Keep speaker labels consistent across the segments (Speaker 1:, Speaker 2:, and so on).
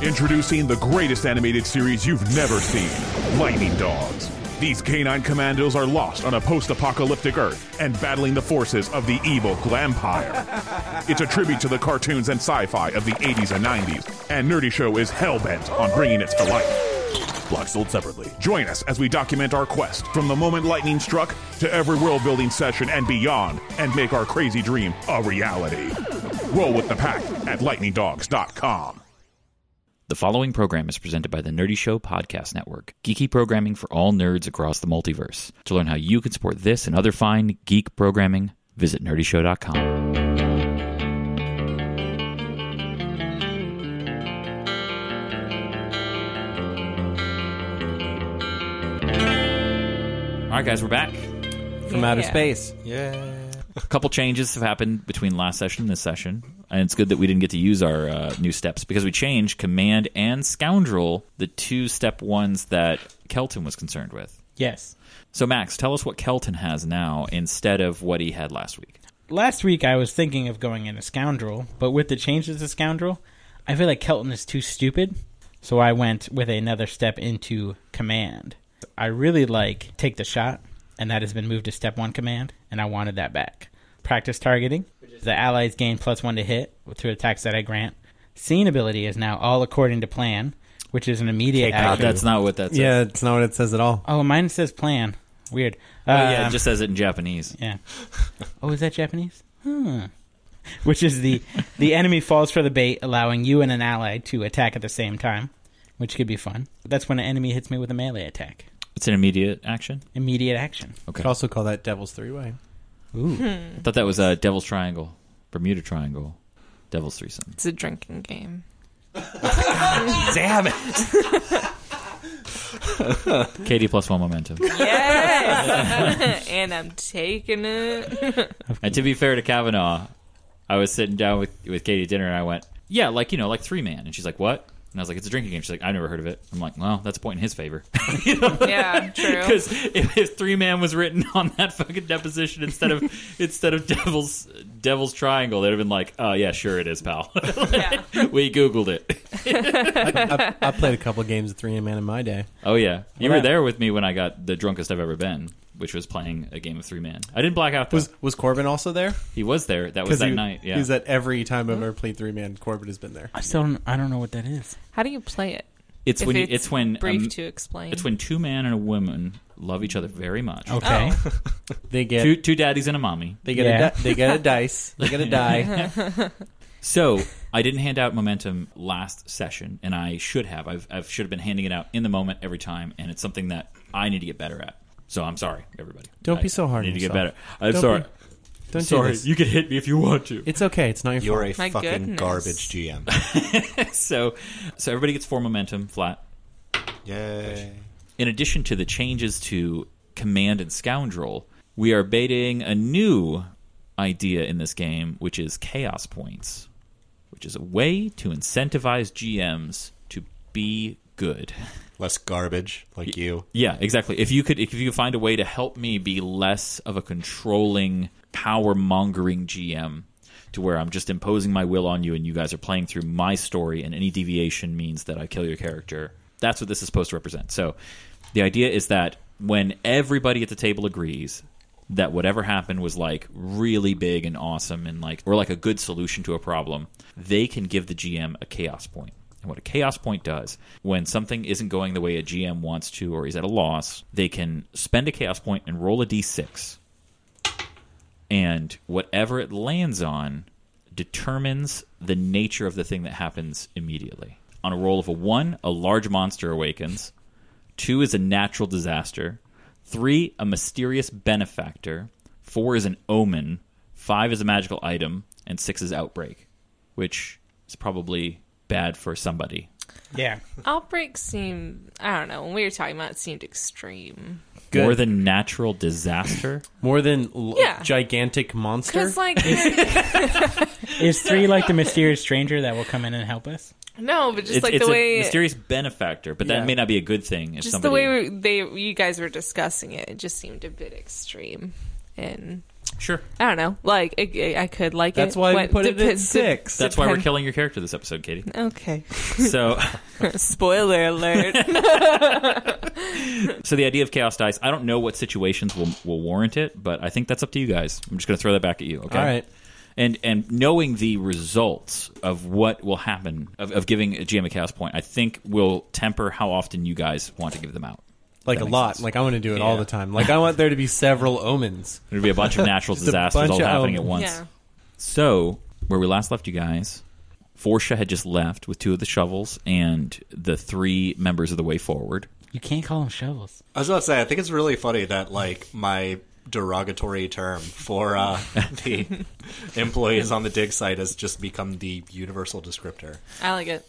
Speaker 1: Introducing the greatest animated series you've never seen, Lightning Dogs. These canine commandos are lost on a post-apocalyptic Earth and battling the forces of the evil Glampire. It's a tribute to the cartoons and sci-fi of the 80s and 90s, and Nerdy Show is hell-bent on bringing it to life. Blocks sold separately. Join us as we document our quest from the moment lightning struck to every world-building session and beyond, and make our crazy dream a reality. Roll with the pack at lightningdogs.com.
Speaker 2: The following program is presented by the Nerdy Show Podcast Network, geeky programming for all nerds across the multiverse. To learn how you can support this and other fine geek programming, visit nerdyshow.com. All right, guys, we're back.
Speaker 3: from outer space.
Speaker 2: A couple changes have happened between last session and this session, and it's good that we didn't get to use our uh, new steps because we changed command and scoundrel, the two step ones that Kelton was concerned with.
Speaker 3: Yes.
Speaker 2: So, Max, tell us what Kelton has now instead of what he had last week.
Speaker 3: Last week I was thinking of going in a scoundrel, but with the changes to scoundrel, I feel like Kelton is too stupid, so I went with another step into command. I really like take the shot, and that has been moved to step one command, and I wanted that back. Practice targeting, which is the allies gain plus one to hit to attacks that I grant. Scene ability is now all according to plan, which is an immediate action.
Speaker 2: that's not what that says.
Speaker 4: Yeah, it's not what it says at all.
Speaker 3: oh, mine says plan. Weird.
Speaker 2: Oh, yeah,
Speaker 3: Um,
Speaker 2: it just says it in Japanese.
Speaker 3: Yeah. Oh, is that Japanese? Hmm. Which is the the enemy falls for the bait, allowing you and an ally to attack at the same time, which could be fun. That's when an enemy hits me with a melee attack.
Speaker 2: It's an immediate action.
Speaker 3: Immediate action.
Speaker 4: Could also call that Devil's Three Way.
Speaker 3: Ooh.
Speaker 5: Hmm.
Speaker 2: I thought that was a Devil's Triangle, Bermuda Triangle, Devil's Threesome.
Speaker 5: It's a drinking game.
Speaker 2: Damn it! Katie plus one momentum.
Speaker 5: Yes! and I'm taking it.
Speaker 2: And to be fair to Kavanaugh, I was sitting down with, with Katie at dinner and I went, Yeah, like, you know, like three man. And she's like, What? And I was like, It's a drinking game. She's like, I've never heard of it. I'm like, Well, that's a point in his favor.
Speaker 5: Yeah, true.
Speaker 2: Because if, if three man was written on that fucking deposition instead of instead of devil's devil's triangle, they'd have been like, Oh yeah, sure it is, pal.
Speaker 5: Yeah.
Speaker 2: we Googled it.
Speaker 4: I, I played a couple games of Three and Man in my day.
Speaker 2: Oh yeah. You were
Speaker 4: Well, that-
Speaker 2: there with me when I got the drunkest I've ever been, which was playing a game of three man. I didn't black out though.
Speaker 4: Was was Corbin also there?
Speaker 2: he was there. That was that
Speaker 4: he,
Speaker 2: night. Yeah.
Speaker 4: he's at every time I've ever played Three Man. Corbin has been there.
Speaker 3: I still don't, I don't know what that is.
Speaker 5: How do you play it?
Speaker 2: it's
Speaker 5: If
Speaker 2: when you, it's when
Speaker 5: brief
Speaker 2: um,
Speaker 5: to explain.
Speaker 2: It's when two men and a woman love each other very much.
Speaker 3: Okay.
Speaker 5: Oh.
Speaker 4: They get
Speaker 2: Two, two daddies and a mommy.
Speaker 4: they get
Speaker 3: Yeah.
Speaker 4: a di- they get a dice. They get a die.
Speaker 2: So I didn't hand out momentum last session, and I should have. I've, I should have been handing it out in the moment every time, and it's something that I need to get better at. So I'm sorry, everybody.
Speaker 4: Don't
Speaker 2: I
Speaker 4: be so hard
Speaker 2: Need
Speaker 4: on
Speaker 2: to get better.
Speaker 4: yourself.
Speaker 2: I'm
Speaker 4: Don't
Speaker 2: sorry.
Speaker 4: be- Don't
Speaker 2: sorry,
Speaker 4: do this.
Speaker 2: you can hit me if you want to.
Speaker 4: it's okay. It's not your
Speaker 6: You're
Speaker 4: fault.
Speaker 6: a
Speaker 5: My
Speaker 6: fucking
Speaker 5: goodness.
Speaker 6: garbage GM.
Speaker 2: So, so everybody gets four momentum flat.
Speaker 6: Yay.
Speaker 2: In addition to the changes to command and scoundrel, we are baiting a new idea in this game, which is chaos points, which is a way to incentivize GMs to be good.
Speaker 6: Less garbage like you.
Speaker 2: Yeah, exactly. If you could, if you could find a way to help me be less of a controlling, power mongering GM, to where I'm just imposing my will on you, and you guys are playing through my story, and any deviation means that I kill your character. That's what this is supposed to represent. So, the idea is that when everybody at the table agrees that whatever happened was like really big and awesome and like or like a good solution to a problem, they can give the GM a chaos point. And what a chaos point does, when something isn't going the way a GM wants to or is at a loss, they can spend a chaos point and roll a d6. And whatever it lands on determines the nature of the thing that happens immediately. On a roll of a 1, a large monster awakens. 2 is a natural disaster. 3, a mysterious benefactor. 4 is an omen. 5 is a magical item. And 6 is outbreak. which is probably bad for somebody.
Speaker 3: Yeah.
Speaker 5: Outbreaks seem, I don't know, when we were talking about it, it seemed extreme.
Speaker 4: Good.
Speaker 2: More than natural disaster.
Speaker 4: More than l-
Speaker 5: Yeah.
Speaker 4: gigantic monster.
Speaker 5: Because, like,
Speaker 3: Is three like the mysterious stranger that will come in and help us?
Speaker 5: no, but just
Speaker 2: it's
Speaker 5: like
Speaker 2: it's
Speaker 5: the
Speaker 2: a
Speaker 5: way.
Speaker 2: mysterious benefactor, but that
Speaker 4: Yeah.
Speaker 2: may not be a good thing. If
Speaker 5: just
Speaker 2: somebody,
Speaker 5: the way we, they you guys were discussing it, it just seemed a bit extreme, and
Speaker 2: sure,
Speaker 5: I don't know, like it, it- I could like it.
Speaker 4: That's why we
Speaker 5: What-
Speaker 4: put it at
Speaker 5: depends-
Speaker 4: six.
Speaker 2: that's why we're
Speaker 5: depend-
Speaker 2: killing your character this episode, Katie.
Speaker 5: Okay,
Speaker 2: So.
Speaker 5: spoiler alert.
Speaker 2: So the idea of chaos dice, I don't know what situations will will warrant it, but I think that's up to you guys. I'm just going to throw that back at you. Okay.
Speaker 4: All right.
Speaker 2: And and knowing the results of what will happen of, of giving a GM a chaos point, I think will temper how often you guys want to give them out.
Speaker 4: Like
Speaker 2: That
Speaker 4: a
Speaker 2: makes
Speaker 4: lot.
Speaker 2: sense.
Speaker 4: Like I want to do it all
Speaker 2: Yeah.
Speaker 4: the time. Like I want there to be several omens.
Speaker 2: There'll be a bunch of natural
Speaker 4: Just a
Speaker 2: disasters
Speaker 4: bunch
Speaker 2: all
Speaker 4: of
Speaker 2: happening at
Speaker 4: elements.
Speaker 2: once.
Speaker 5: yeah,
Speaker 2: So where we last left you guys, Forsha had just left with two of the shovels and the three members of the way forward.
Speaker 3: You can't call them shovels.
Speaker 6: I was about to say, I think it's really funny that like my derogatory term for uh, the employees on the dig site has just become the universal descriptor.
Speaker 5: I like it.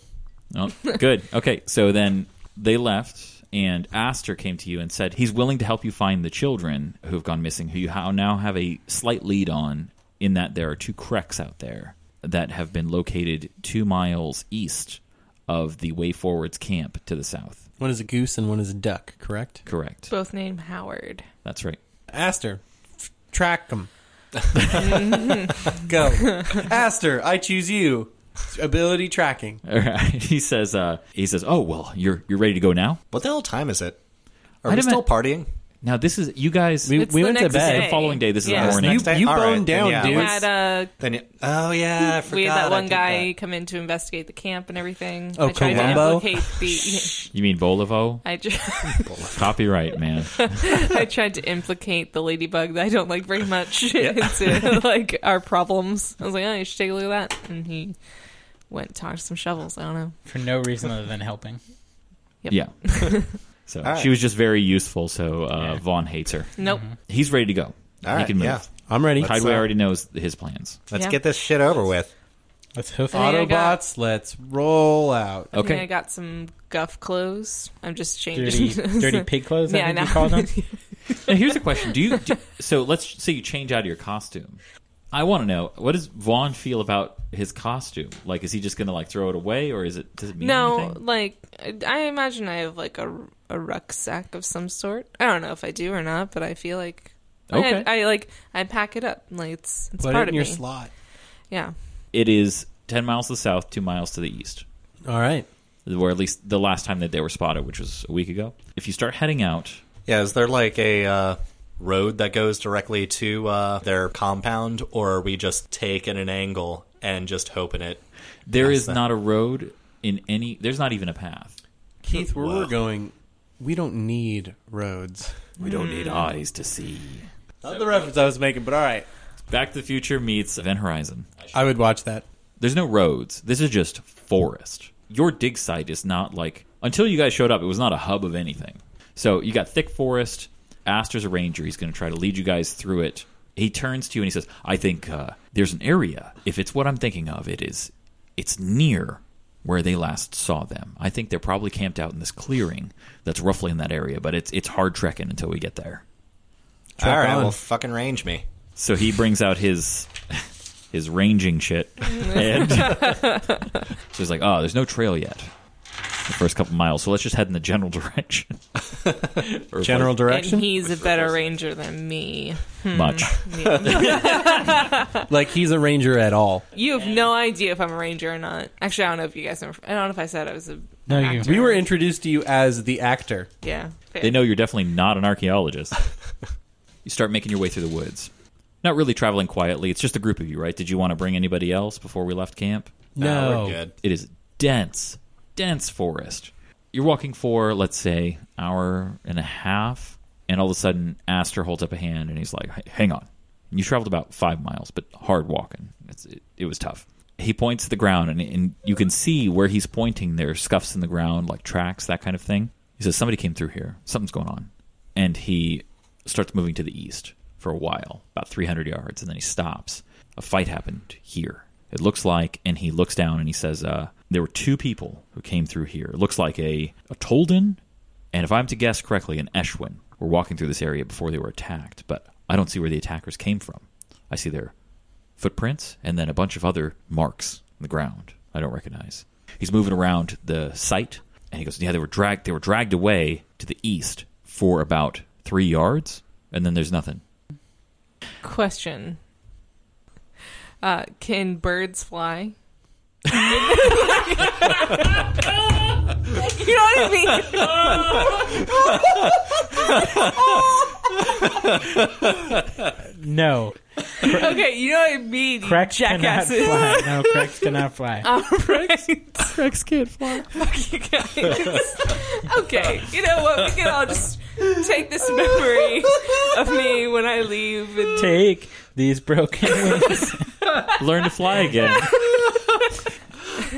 Speaker 2: Oh, good. Okay, so then they left, and Aster came to you and said he's willing to help you find the children who have gone missing, who you how now have a slight lead on, in that there are two creks out there that have been located two miles east of the Way Forwards camp to the south.
Speaker 4: One is a goose and one is a duck. Correct.
Speaker 2: Correct.
Speaker 5: Both named Howard.
Speaker 2: That's right.
Speaker 4: Aster, f- track them. Go, Aster. I choose you. Ability tracking.
Speaker 2: All right. He says. Uh, he says, "Oh well, you're you're ready to go now."
Speaker 6: What the hell time is it?
Speaker 2: I
Speaker 6: Are we
Speaker 2: didn't-
Speaker 6: still partying?
Speaker 2: Now this is you guys.
Speaker 4: We,
Speaker 5: It's
Speaker 4: we
Speaker 5: the
Speaker 4: went to
Speaker 5: next
Speaker 4: bed.
Speaker 5: day.
Speaker 2: the following day. This is
Speaker 5: Yeah.
Speaker 2: the
Speaker 5: It's
Speaker 2: morning.
Speaker 4: You, you
Speaker 6: All right,
Speaker 4: boned
Speaker 6: then
Speaker 4: down,
Speaker 6: yeah,
Speaker 4: dude.
Speaker 5: We
Speaker 6: let's-
Speaker 5: had uh,
Speaker 6: Then you- oh yeah, I forgot.
Speaker 5: we had
Speaker 6: I
Speaker 5: that one
Speaker 6: did
Speaker 5: guy
Speaker 6: that.
Speaker 5: come in to investigate the camp and everything.
Speaker 4: Oh,
Speaker 5: I tried
Speaker 4: Columbo?
Speaker 5: to implicate the.
Speaker 2: You mean Bolivo?
Speaker 5: I, ju-
Speaker 2: Copyright, man.
Speaker 5: I tried to implicate the ladybug that I don't like very much into like our problems. I was like, oh, you should take a look at that, and he went and talked to some shovels. I don't know.
Speaker 3: For no reason other than helping.
Speaker 2: Yeah. so
Speaker 6: right. Mm-hmm.
Speaker 2: she was just very useful. So uh, Vaughn hates her.
Speaker 5: Nope.
Speaker 2: He's ready to go.
Speaker 6: All
Speaker 2: he
Speaker 6: right,
Speaker 2: can move.
Speaker 6: yeah.
Speaker 4: I'm ready.
Speaker 6: Let's,
Speaker 2: Tideway
Speaker 6: uh,
Speaker 2: already knows his plans.
Speaker 6: Let's
Speaker 5: Yeah.
Speaker 6: get this shit over with.
Speaker 3: Let's hoof
Speaker 5: I think I got-
Speaker 4: Autobots, let's roll out.
Speaker 5: I think
Speaker 2: Okay.
Speaker 5: I got some guff clothes. I'm just
Speaker 3: dirty,
Speaker 5: changing.
Speaker 3: dirty pig clothes. I
Speaker 5: Yeah, I
Speaker 3: think you
Speaker 5: know.
Speaker 3: call them.
Speaker 2: Now here's a question: Do you? Do, so let's say you change out of your costume. I want to know what does Vaughn feel about his costume? Like, is he just going to like throw it away, or is it? Does it mean
Speaker 5: no,
Speaker 2: anything?
Speaker 5: like I imagine I have like a, a rucksack of some sort. I don't know if I do or not, but I feel like
Speaker 2: Okay.
Speaker 5: I, I like I pack it up. Like it's, it's
Speaker 4: Put
Speaker 5: part
Speaker 4: it in your
Speaker 5: of me.
Speaker 4: slot.
Speaker 5: yeah.
Speaker 2: It is ten miles to the south, two miles to the east.
Speaker 4: All right.
Speaker 2: Where at least the last time that they were spotted, which was a week ago. If you start heading out,
Speaker 6: Yeah, is there like a uh, road that goes directly to uh, their compound, or are we just taking an angle and just hoping it?
Speaker 2: there
Speaker 6: Yes,
Speaker 2: is
Speaker 6: that-
Speaker 2: not a road in any. There's not even a path.
Speaker 4: Keith, where
Speaker 6: Wow.
Speaker 4: we're going, we don't need roads.
Speaker 2: We don't need eyes to see.
Speaker 4: Not the reference I was making, but all right.
Speaker 2: Back to the Future meets Event Horizon.
Speaker 4: I would watch that.
Speaker 2: There's no roads. This is just forest. Your dig site is not like until you guys showed up. It was not a hub of anything. So you got thick forest. Aster's a ranger. He's going to try to lead you guys through it. He turns to you and he says, "I think uh, there's an area. If it's what I'm thinking of, it is. It's near where they last saw them. I think they're probably camped out in this clearing that's roughly in that area. But it's it's hard trekking until we get there."
Speaker 4: Truck
Speaker 6: All right,
Speaker 4: on.
Speaker 6: well, fucking range me.
Speaker 2: So he brings out his his ranging shit, and so he's like, "Oh, there's no trail yet. The first couple miles, so let's just head in the general direction." Or
Speaker 4: General direction?
Speaker 5: And he's a better ranger than me. Hmm.
Speaker 2: like, much.
Speaker 4: like he's a ranger at all.
Speaker 5: You have no idea if I'm a ranger or not. Actually, I don't know if you guys know. I don't know if I said I was a.
Speaker 3: No, you.
Speaker 5: actor.
Speaker 4: We were introduced to you as the actor.
Speaker 5: Yeah. fair.
Speaker 2: They know you're definitely not an archaeologist. you start making your way through the woods, not really traveling quietly. It's just a group of you, right? Did you want to bring anybody else before we left camp?
Speaker 6: Nah,
Speaker 4: No.
Speaker 6: we're good.
Speaker 2: It is dense, dense forest. You're walking for, let's say, hour and a half, and all of a sudden, Aster holds up a hand and he's like, "Hey, "Hang on." And you traveled about five miles, but hard walking. It's, it, it was tough. He points to the ground, and, and you can see where he's pointing. There are scuffs in the ground, like tracks, that kind of thing. He says, "Somebody came through here. Something's going on." And he starts moving to the east for a while, about 300 yards, and then he stops. A fight happened here It looks like, and he looks down and he says, uh, "There were two people who came through here. It looks like a a Tolden, and if I'm to guess correctly, an Eshwin were walking through this area before they were attacked. But I don't see where the attackers came from. I see their footprints and then a bunch of other marks on the ground I don't recognize. He's moving around the site and he goes, Yeah, they were dragged they were dragged away to the east for about three yards, and then there's nothing.
Speaker 5: Question. Uh, can birds fly? you know what I mean?
Speaker 3: No,
Speaker 5: Okay, you know what I mean. you
Speaker 3: Crex cannot
Speaker 5: jackasses.
Speaker 3: fly. No, Crex cannot fly.
Speaker 5: Rex can't fly. Fuck you guys. okay, you know what? We can all just take this memory of me when I leave. And
Speaker 3: Take these broken wings.
Speaker 2: Learn to fly again.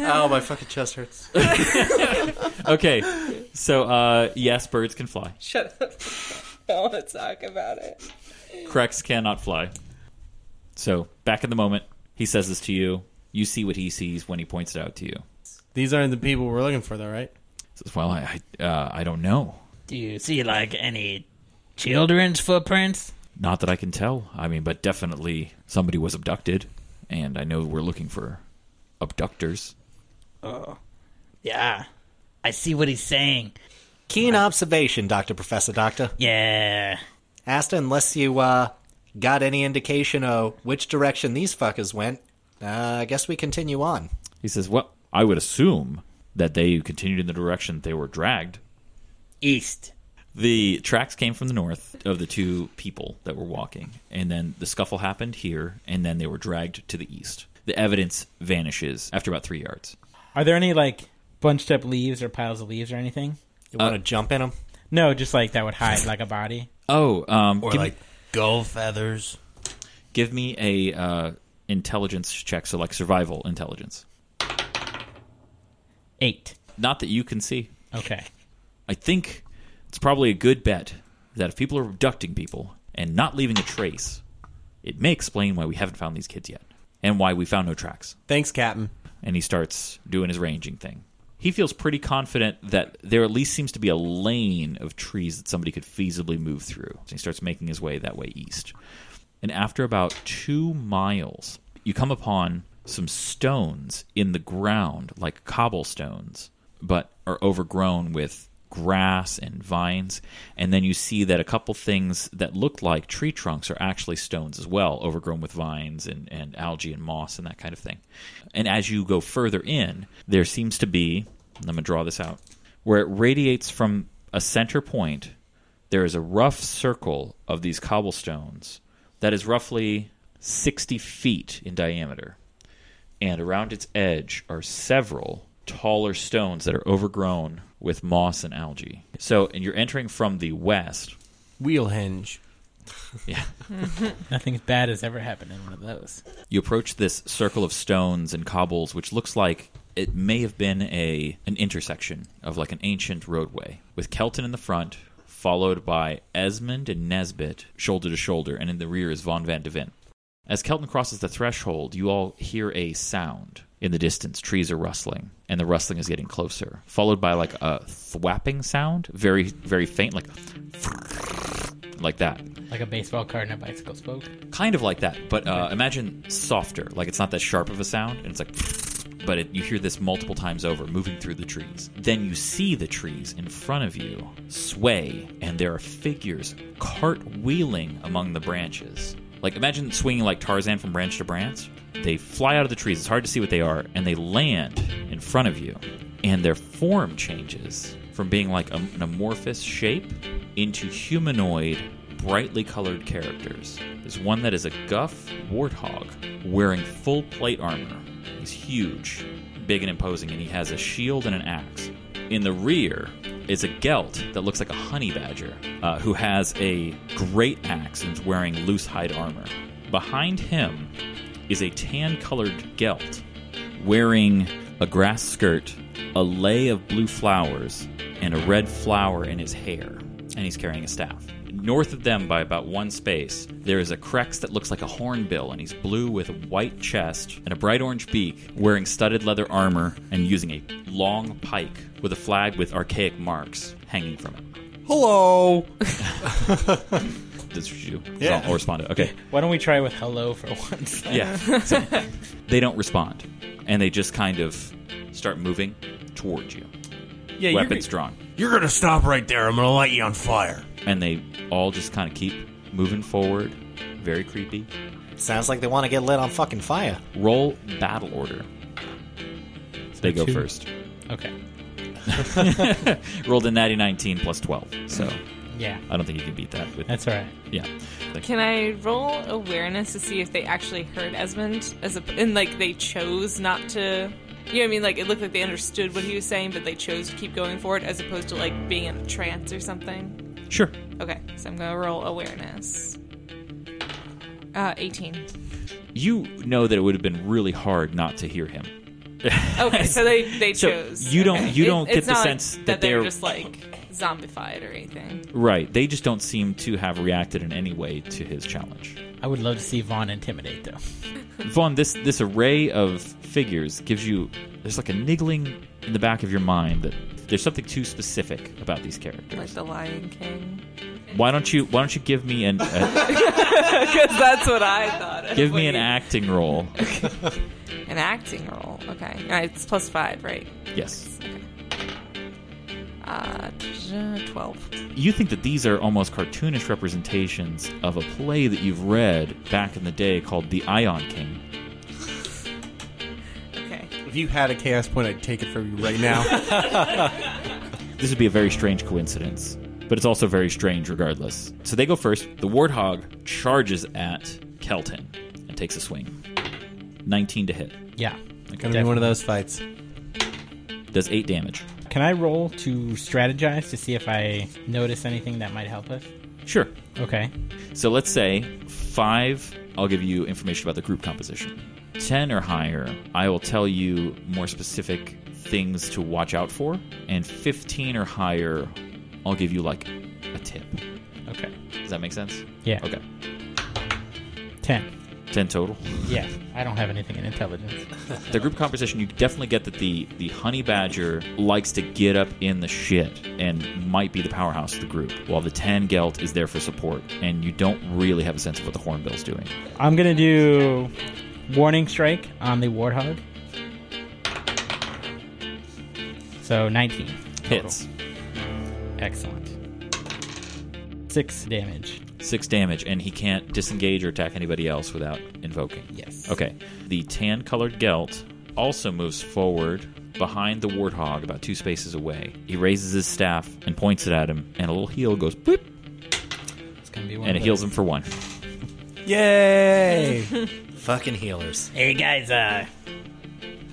Speaker 6: Oh, my fucking chest hurts.
Speaker 2: Okay. So uh yes, birds can fly.
Speaker 5: shut up. I don't want to talk about it.
Speaker 2: Crex cannot fly. So back in the moment, he says this to you. You see what he sees when he points it out to you.
Speaker 4: These aren't the people we're looking for, though, right?
Speaker 2: Says, well, I I, uh, I don't know.
Speaker 3: Do you see like any children's footprints?
Speaker 2: Not that I can tell. I mean, but definitely somebody was abducted, and I know we're looking for abductors.
Speaker 7: oh,
Speaker 3: Yeah, I see what he's saying.
Speaker 6: Keen observation, Doctor Professor Doctor.
Speaker 3: Yeah,
Speaker 6: Asta, unless you uh, got any indication of which direction these fuckers went, uh, I guess we continue on.
Speaker 2: He says, "Well, I would assume that they continued in the direction they were dragged.
Speaker 3: east.
Speaker 2: The tracks came from the north of the two people that were walking, and then the scuffle happened here, and then they were dragged to the east. The evidence vanishes after about three yards.
Speaker 3: Are there any like bunched up leaves or piles of leaves or anything?
Speaker 6: You want to jump in them?
Speaker 3: No, just like that would hide like a body.
Speaker 2: Oh, um,
Speaker 4: Or
Speaker 2: give,
Speaker 4: like gull feathers.
Speaker 2: give me a uh, intelligence check, so like survival intelligence.
Speaker 3: Eight.
Speaker 2: Not that you can see."
Speaker 3: Okay.
Speaker 2: I think it's probably a good bet that if people are abducting people and not leaving a trace, it may explain why we haven't found these kids yet and why we found no tracks.
Speaker 4: Thanks, Captain.
Speaker 2: And he starts doing his ranging thing. He feels pretty confident that there at least seems to be a lane of trees that somebody could feasibly move through. So he starts making his way that way east. And after about two miles, you come upon some stones in the ground, like cobblestones, but are overgrown with grass and vines. And then you see that a couple things that look like tree trunks are actually stones as well, overgrown with vines and, and algae and moss and that kind of thing. And as you go further in, there seems to be, and I'm going to draw this out, where it radiates from a center point there is a rough circle of these cobblestones that is roughly 60 feet in diameter. And around its edge are several taller stones that are overgrown with moss and algae. So, and you're entering from the west.
Speaker 4: Wheel hinge.
Speaker 3: Nothing as bad has ever happened in one of those.
Speaker 2: You approach this circle of stones and cobbles, which looks like it may have been a an intersection of like an ancient roadway, with Kelton in the front, followed by Esmond and Nesbit shoulder to shoulder, and in the rear is Von Van Devin. As Kelton crosses the threshold, you all hear a sound. In the distance, trees are rustling, and the rustling is getting closer, followed by like a thwapping sound, very, very faint, like like that
Speaker 3: Like a baseball card and a bicycle spoke.
Speaker 2: kind of like that, but uh, imagine softer. Like it's not that sharp of a sound, and it's like, but it, you hear this multiple times over, moving through the trees. Then you see the trees in front of you sway, and there are figures cartwheeling among the branches. Like imagine swinging like Tarzan from branch to branch. They fly out of the trees. It's hard to see what they are, and they land in front of you, and their form changes from being like a- an amorphous shape into humanoid brightly colored characters. There's one that is a guff warthog wearing full plate armor. He's huge, big and imposing, and he has a shield and an axe. In the rear is a gelt that looks like a honey badger uh, who has a great axe and is wearing loose hide armor. Behind him is a tan colored gelt wearing a grass skirt, a lei of blue flowers, and a red flower in his hair, and he's carrying a staff. North of them, by about one space, there is a Krex that looks like a hornbill, and he's blue with a white chest and a bright orange beak, wearing studded leather armor and using a long pike with a flag with archaic marks hanging from it.
Speaker 6: Hello.
Speaker 2: Does you does
Speaker 6: Yeah.
Speaker 2: all respond to? Okay,
Speaker 3: Why don't we try with hello for once?
Speaker 2: yeah. So they don't respond, and they just kind of start moving towards you,
Speaker 4: Yeah, you're
Speaker 2: weapons drawn.
Speaker 4: You're gonna stop right there. I'm gonna light you on fire.
Speaker 2: and they all just kind of keep moving forward. Very creepy.
Speaker 6: Sounds like they want to get lit on fucking fire.
Speaker 2: Roll battle order. they go
Speaker 3: two.
Speaker 2: first.
Speaker 3: Okay.
Speaker 2: Rolled a natty 19 plus 12. So
Speaker 3: Yeah.
Speaker 2: I don't think you can beat that. With,
Speaker 3: That's all right.
Speaker 2: yeah.
Speaker 5: Can I roll awareness to see if they actually heard Esmond as a, and like they chose not to? You know what I mean? Like it looked like they understood what he was saying, but they chose to keep going for it as opposed to like being in a trance or something.
Speaker 2: Sure.
Speaker 5: Okay, so I'm gonna roll awareness. Uh, 18.
Speaker 2: You know that it would have been really hard not to hear him.
Speaker 5: Okay, so they they
Speaker 2: So
Speaker 5: chose.
Speaker 2: you don't-
Speaker 5: Okay.
Speaker 2: you don't
Speaker 5: It- it's
Speaker 2: get the
Speaker 5: not like
Speaker 2: sense that
Speaker 5: they're,
Speaker 2: they're-
Speaker 5: just like zombified or anything.
Speaker 2: Right. They just don't seem to have reacted in any way to his challenge.
Speaker 3: I would love to see Vaughn intimidate though.
Speaker 2: Vaughn, this this array of figures gives you there's like a niggling in the back of your mind that there's something too specific about these characters.
Speaker 5: Like the Lion King.
Speaker 2: Why don't you why don't you give me an a,
Speaker 5: Because that's what I thought. of
Speaker 2: Give
Speaker 5: when
Speaker 2: me an
Speaker 5: you-
Speaker 2: acting role.
Speaker 5: An acting role. Okay. Uh, It's plus five, right?
Speaker 2: Yes.
Speaker 5: Uh, 12.
Speaker 2: You think that these are almost cartoonish representations of a play that you've read back in the day called The Ion King.
Speaker 5: Okay.
Speaker 4: If you had a chaos point, I'd take it from you right now.
Speaker 2: This would be a very strange coincidence, but it's also very strange regardless. So they go first. The Warthog charges at Kelton and takes a swing. 19 to hit.
Speaker 3: Yeah.
Speaker 4: gonna be one of those fights.
Speaker 2: Does 8 damage.
Speaker 3: Can I roll to strategize to see if I notice anything that might help us?
Speaker 2: Sure.
Speaker 3: Okay.
Speaker 2: So let's say five, I'll give you information about the group composition. Ten or higher, I will tell you more specific things to watch out for. And 15 or higher, I'll give you like a tip.
Speaker 3: Okay.
Speaker 2: Does that make sense?
Speaker 3: Yeah.
Speaker 2: Okay.
Speaker 3: Ten.
Speaker 2: 10 total.
Speaker 3: Yeah. I don't have anything in intelligence.
Speaker 2: The group composition, you definitely get that the, the honey badger likes to get up in the shit and might be the powerhouse of the group, while the tan gelt is there for support, and you don't really have a sense of what the hornbill's doing.
Speaker 3: I'm gonna do warning strike on the warthog. So 19 total.
Speaker 2: Hits.
Speaker 3: Excellent. Six damage.
Speaker 2: six damage, and he can't disengage or attack anybody else without invoking.
Speaker 3: Yes.
Speaker 2: Okay. The tan colored Gelt also moves forward behind the warthog about two spaces away. He raises his staff and points it at him, and a little heel goes boop,
Speaker 3: It's gonna be one.
Speaker 2: and it
Speaker 3: of
Speaker 2: heals
Speaker 3: those.
Speaker 2: him for one.
Speaker 4: Yay!
Speaker 6: Fucking healers.
Speaker 3: Hey guys, uh,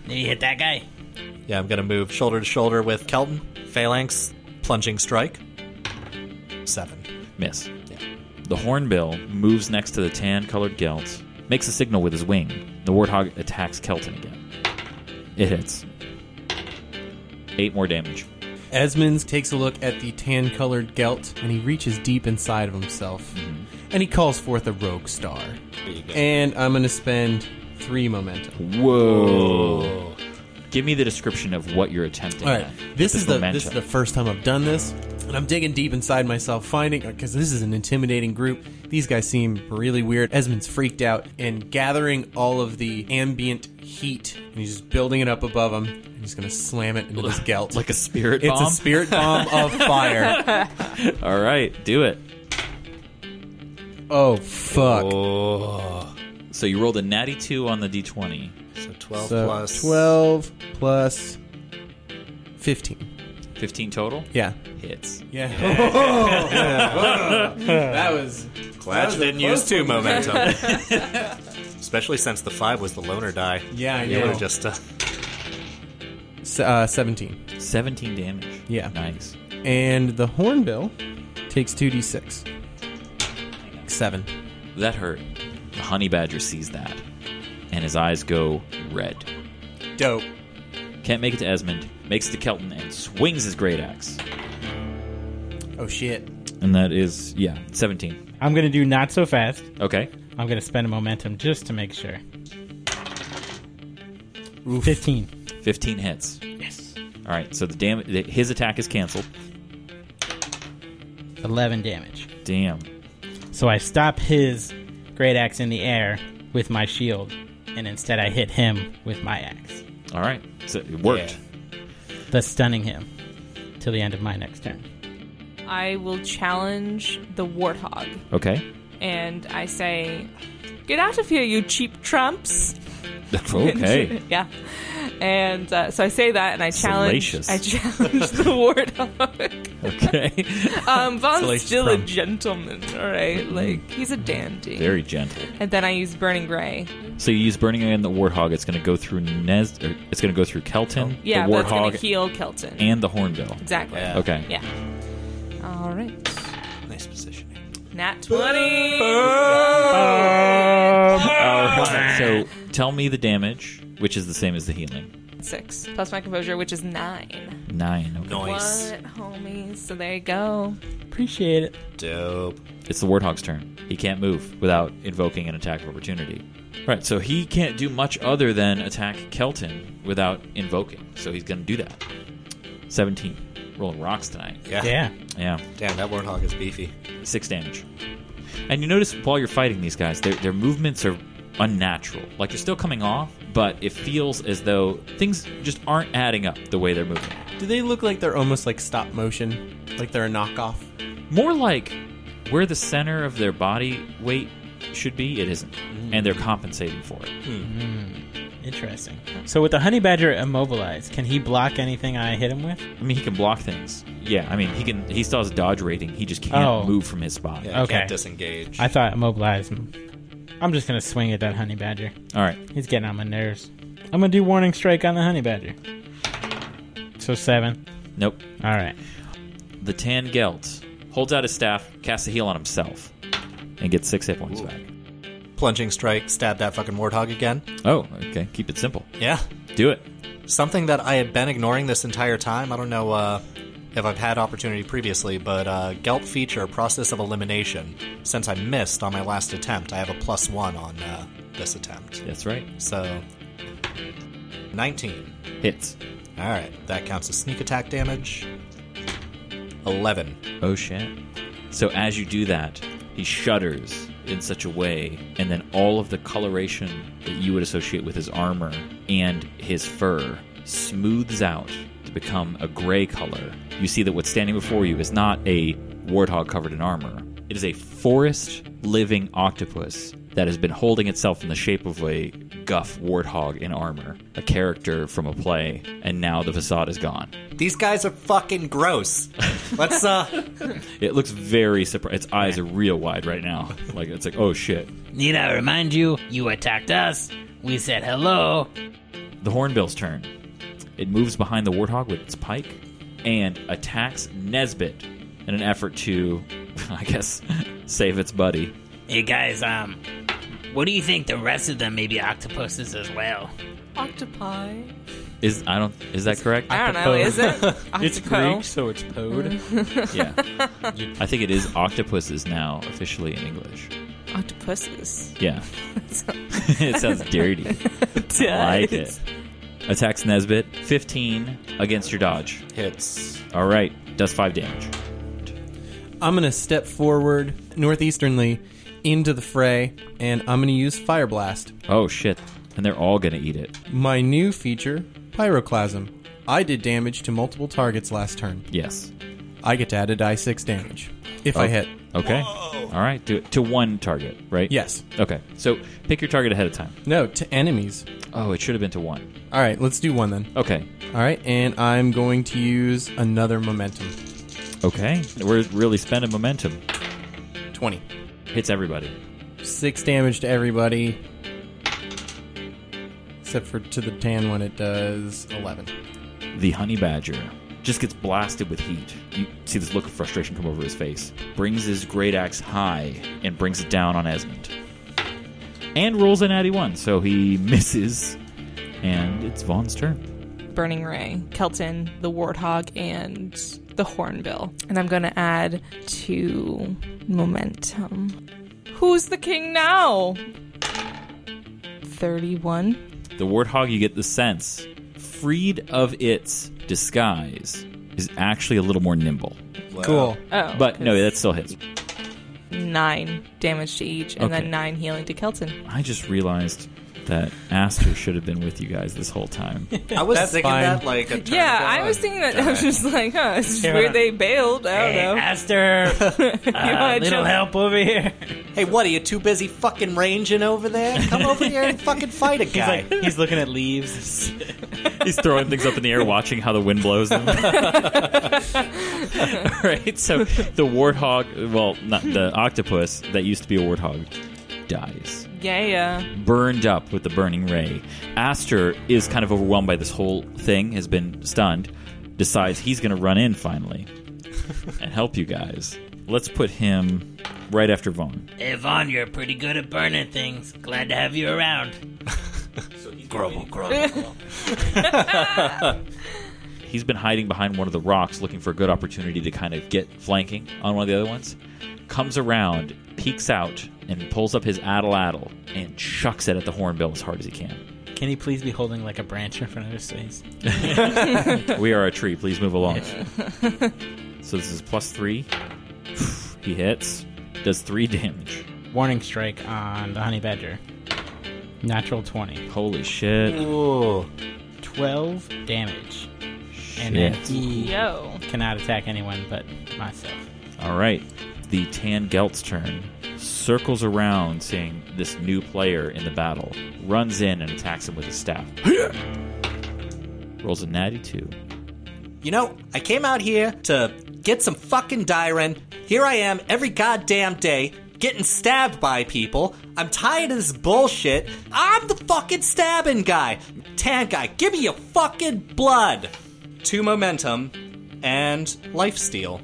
Speaker 3: maybe hit that guy.
Speaker 6: Yeah, I'm gonna move shoulder to shoulder with Kelton. Phalanx, plunging strike. Seven.
Speaker 2: Miss. The hornbill moves next to the tan colored Gelt, makes a signal with his wing. The warthog attacks Kelton again. It hits. Eight more damage.
Speaker 4: Esmonds takes a look at the tan colored gelt and he reaches deep inside of himself and he calls forth a rogue star. And I'm going to spend three momentum.
Speaker 2: Whoa. Give me the description of what you're attempting.
Speaker 4: All right,
Speaker 2: at.
Speaker 4: this is the this
Speaker 2: momentum.
Speaker 4: is the first time I've done this, and I'm digging deep inside myself, finding because this is an intimidating group. These guys seem really weird. Esmond's freaked out and gathering all of the ambient heat, and he's just building it up above him. And he's gonna slam it into this gelt
Speaker 2: like a spirit
Speaker 4: It's
Speaker 2: bomb.
Speaker 4: a spirit bomb of fire.
Speaker 2: All right, do it.
Speaker 4: Oh fuck!
Speaker 2: Oh. So you rolled a natty two on the d20.
Speaker 6: So twelve
Speaker 4: So
Speaker 6: plus
Speaker 4: 12 plus 15.
Speaker 2: 15 total.
Speaker 4: Yeah.
Speaker 2: Hits.
Speaker 4: Yeah. that was.
Speaker 6: Glad you didn't use two momentum. Especially since the five was the loner die.
Speaker 4: Yeah, I
Speaker 6: You would
Speaker 4: know.
Speaker 6: have just uh,
Speaker 4: S- uh, 17.
Speaker 2: 17 damage.
Speaker 4: Yeah.
Speaker 2: Nice.
Speaker 4: And the hornbill takes 2d6. 7.
Speaker 2: That hurt. The honey badger sees that, and his eyes go red.
Speaker 4: Dope.
Speaker 2: Can't make it to Esmond, makes it to Kelton, and swings his great axe.
Speaker 4: Oh shit.
Speaker 2: And that is, yeah, 17.
Speaker 3: I'm going to do not so fast.
Speaker 2: Okay.
Speaker 3: I'm going to spend a momentum just to make sure. 15.
Speaker 2: 15 hits.
Speaker 3: Yes.
Speaker 2: All right, so the dam- the, his attack is canceled.
Speaker 3: 11 damage.
Speaker 2: Damn.
Speaker 3: So I stop his great axe in the air with my shield, and instead I hit him with my axe,
Speaker 2: All right, so it worked.
Speaker 3: thus stunning him till the end of my next turn.
Speaker 5: I will challenge the warthog,
Speaker 2: Okay.
Speaker 5: and I say, "Get out of here, you cheap trumps!"
Speaker 2: okay.
Speaker 5: yeah. And uh, so I say that, and I challenge.
Speaker 2: Salacious.
Speaker 5: I challenge the warthog.
Speaker 2: Okay.
Speaker 5: Um, Vaughn's
Speaker 4: Salacious
Speaker 5: still a
Speaker 4: crumb.
Speaker 5: gentleman, all right? Like he's a dandy.
Speaker 2: Very gentle.
Speaker 5: And then I use burning gray.
Speaker 2: So you use Burning Man and the Warthog. It's going to go through Nez. Or it's going to go through Kelton,
Speaker 5: Oh. Yeah,
Speaker 2: the
Speaker 5: but it's gonna
Speaker 2: Warthog,
Speaker 5: heal Kelton.
Speaker 2: and the Hornbill.
Speaker 5: exactly.
Speaker 6: Yeah.
Speaker 2: Okay.
Speaker 5: Yeah. All right.
Speaker 6: Nice positioning.
Speaker 5: Nat twenty. Oh.
Speaker 2: All right, so tell me the damage, which is the same as the healing.
Speaker 5: Six plus my composure, which is nine.
Speaker 2: Nine. Okay.
Speaker 6: Nice.
Speaker 5: What, homies? So there you go.
Speaker 3: Appreciate it.
Speaker 6: Dope.
Speaker 2: It's the Warthog's turn. He can't move without invoking an attack of opportunity. Right, so he can't do much other than attack Kelton without invoking. So he's going to do that. 17. Rolling rocks tonight.
Speaker 6: Yeah.
Speaker 3: Yeah.
Speaker 2: Yeah.
Speaker 6: Damn, that warthog is beefy.
Speaker 2: Six damage. And you notice while you're fighting these guys, their, their movements are unnatural. Like they're still coming off, but it feels as though things just aren't adding up the way they're moving.
Speaker 4: Do they look like they're almost like stop motion? Like they're a knockoff?
Speaker 2: More like where the center of their body weight should be, it isn't. And
Speaker 4: Mm.
Speaker 2: they're compensating for it.
Speaker 3: Hmm. Interesting. So with the honey badger immobilized, can he block anything I hit him with?
Speaker 2: I mean, he can block things. Yeah, I mean, he can. He still has a dodge rating. He just can't
Speaker 3: Oh.
Speaker 2: move from his spot.
Speaker 6: Yeah, you
Speaker 3: Okay.
Speaker 6: can't disengage.
Speaker 3: I thought immobilized. I'm just gonna swing at that honey badger.
Speaker 2: All right.
Speaker 3: He's getting on my nerves. I'm gonna do warning strike on the honey badger. So seven.
Speaker 2: Nope.
Speaker 3: All right.
Speaker 2: The Tan Gelt holds out his staff, casts a heal on himself, and gets six hit points back.
Speaker 6: Plunging strike, stab that fucking warthog again.
Speaker 2: Oh, okay. Keep it simple.
Speaker 6: Yeah.
Speaker 2: Do it.
Speaker 6: Something that I had been ignoring this entire time. I don't know uh, if I've had opportunity previously, but uh, Gelt feature, process of elimination. Since I missed on my last attempt, I have a plus one on uh, this attempt.
Speaker 2: That's right.
Speaker 6: So, 19.
Speaker 2: Hits.
Speaker 6: All right, that counts as sneak attack damage. 11.
Speaker 2: Oh shit. So as you do that, he shudders in such a way, and then all of the coloration that you would associate with his armor and his fur smooths out to become a gray color. You see that what's standing before you is not a warthog covered in armor. It is a forest living octopus that has been holding itself in the shape of a guff warthog in armor, a character from a play, and now the facade is gone.
Speaker 6: These guys are fucking gross. Let's, uh,
Speaker 2: It looks very surprised. Its eyes are real wide right now. Like it's like, oh shit.
Speaker 3: Need I remind you? You attacked us. We said hello.
Speaker 2: The hornbill's turn. It moves behind the warthog with its pike and attacks Nesbit in an effort to, I guess, save its buddy.
Speaker 7: Hey guys, um, what do you think the rest of them may be octopuses as well?
Speaker 5: Octopi.
Speaker 2: Is I don't is that correct?
Speaker 5: I don't know. Oh, Is it?
Speaker 4: It's
Speaker 5: Octopo?
Speaker 4: Greek, so it's pode.
Speaker 2: yeah. I think it is octopuses now officially in English.
Speaker 5: Octopuses.
Speaker 2: Yeah. it sounds dirty. I like it. Attacks Nesbit. 15 against your dodge.
Speaker 6: hits.
Speaker 2: All right. Does 5 damage.
Speaker 4: I'm going to step forward northeasternly into the fray, and I'm going to use Fire Blast.
Speaker 2: Oh shit. And they're all gonna eat it.
Speaker 4: My new feature, Pyroclasm. I did damage to multiple targets last turn.
Speaker 2: Yes.
Speaker 4: I get to add a die 6 damage if I hit.
Speaker 2: Oh. Okay. All right. Do it to one target, right?
Speaker 4: Yes.
Speaker 2: Okay. So pick your target ahead of time.
Speaker 4: No, to enemies.
Speaker 2: Oh, it should have been to one.
Speaker 4: All right, let's do one then.
Speaker 2: Okay.
Speaker 4: All right, and I'm going to use another momentum.
Speaker 2: Okay. We're really spending momentum.
Speaker 4: 20.
Speaker 2: Hits everybody.
Speaker 4: 6 damage to everybody. Except for to the tan one, it does 11.
Speaker 2: The honey badger just gets blasted with heat. You see this look of frustration come over his face. Brings his great axe high and brings it down on Esmond. E And rolls an natty one, so he misses. And it's Vaughn's turn.
Speaker 5: Burning Ray, Kelton, the Warthog, and the Hornbill. And I'm going to add to momentum. Who's the king now? 31.
Speaker 2: The warthog, you get the sense, freed of its disguise, is actually a little more nimble.
Speaker 4: Cool.
Speaker 5: Oh.
Speaker 2: But no,
Speaker 5: 'cause
Speaker 2: that still hits.
Speaker 5: 9 damage to each, and
Speaker 2: Okay.
Speaker 5: then 9 healing to Kelton.
Speaker 2: I just realized that Aster should have been with you guys this whole time.
Speaker 6: I was
Speaker 4: That's
Speaker 6: thinking
Speaker 4: fine.
Speaker 6: that like a turn
Speaker 5: Yeah,
Speaker 6: ago.
Speaker 5: I was thinking that. I was just like, huh, it's just weird they bailed. I don't
Speaker 7: Hey,
Speaker 5: know.
Speaker 7: Aster,
Speaker 5: You wanna
Speaker 7: a little
Speaker 5: jump-
Speaker 7: help over here.
Speaker 6: Hey, what are you too busy fucking ranging over there? Come over here and fucking fight a guy.
Speaker 3: He's like he's looking at leaves.
Speaker 2: He's throwing things up in the air, watching how the wind blows them. All right, so the warthog, well, not the octopus that used to be a warthog, dies.
Speaker 5: Yeah, yeah.
Speaker 2: burned up with the burning ray. Aster is kind of overwhelmed by this whole thing, has been stunned, decides he's going to run in finally and help you guys. Let's put him right after Vaughn.
Speaker 7: Yvonne, you're pretty good at burning things. Glad to have you around.
Speaker 2: He's been hiding behind one of the rocks looking for a good opportunity to kind of get flanking on one of the other ones. Comes around, peeks out, and pulls up his addle addle and chucks it at the hornbill as hard as he can.
Speaker 3: Can he please be holding like a branch in front of his face?
Speaker 2: We are a tree, please move along. so this is plus three. He hits, does three damage.
Speaker 3: Warning strike on the honey badger. Natural twenty.
Speaker 2: Holy shit.
Speaker 6: Ooh.
Speaker 3: Twelve damage. And then
Speaker 2: Shit.
Speaker 3: he
Speaker 5: Yo.
Speaker 3: cannot attack anyone but myself.
Speaker 2: All right. The Tan Gelt's turn circles around, seeing this new player in the battle, runs in and attacks him with his staff. Rolls a natty two.
Speaker 6: You know, I came out here to get some fucking Dyren. Here I am every goddamn day getting stabbed by people. I'm tired of this bullshit. I'm the fucking stabbing guy. Tan guy, give me your fucking blood. Two momentum and lifesteal.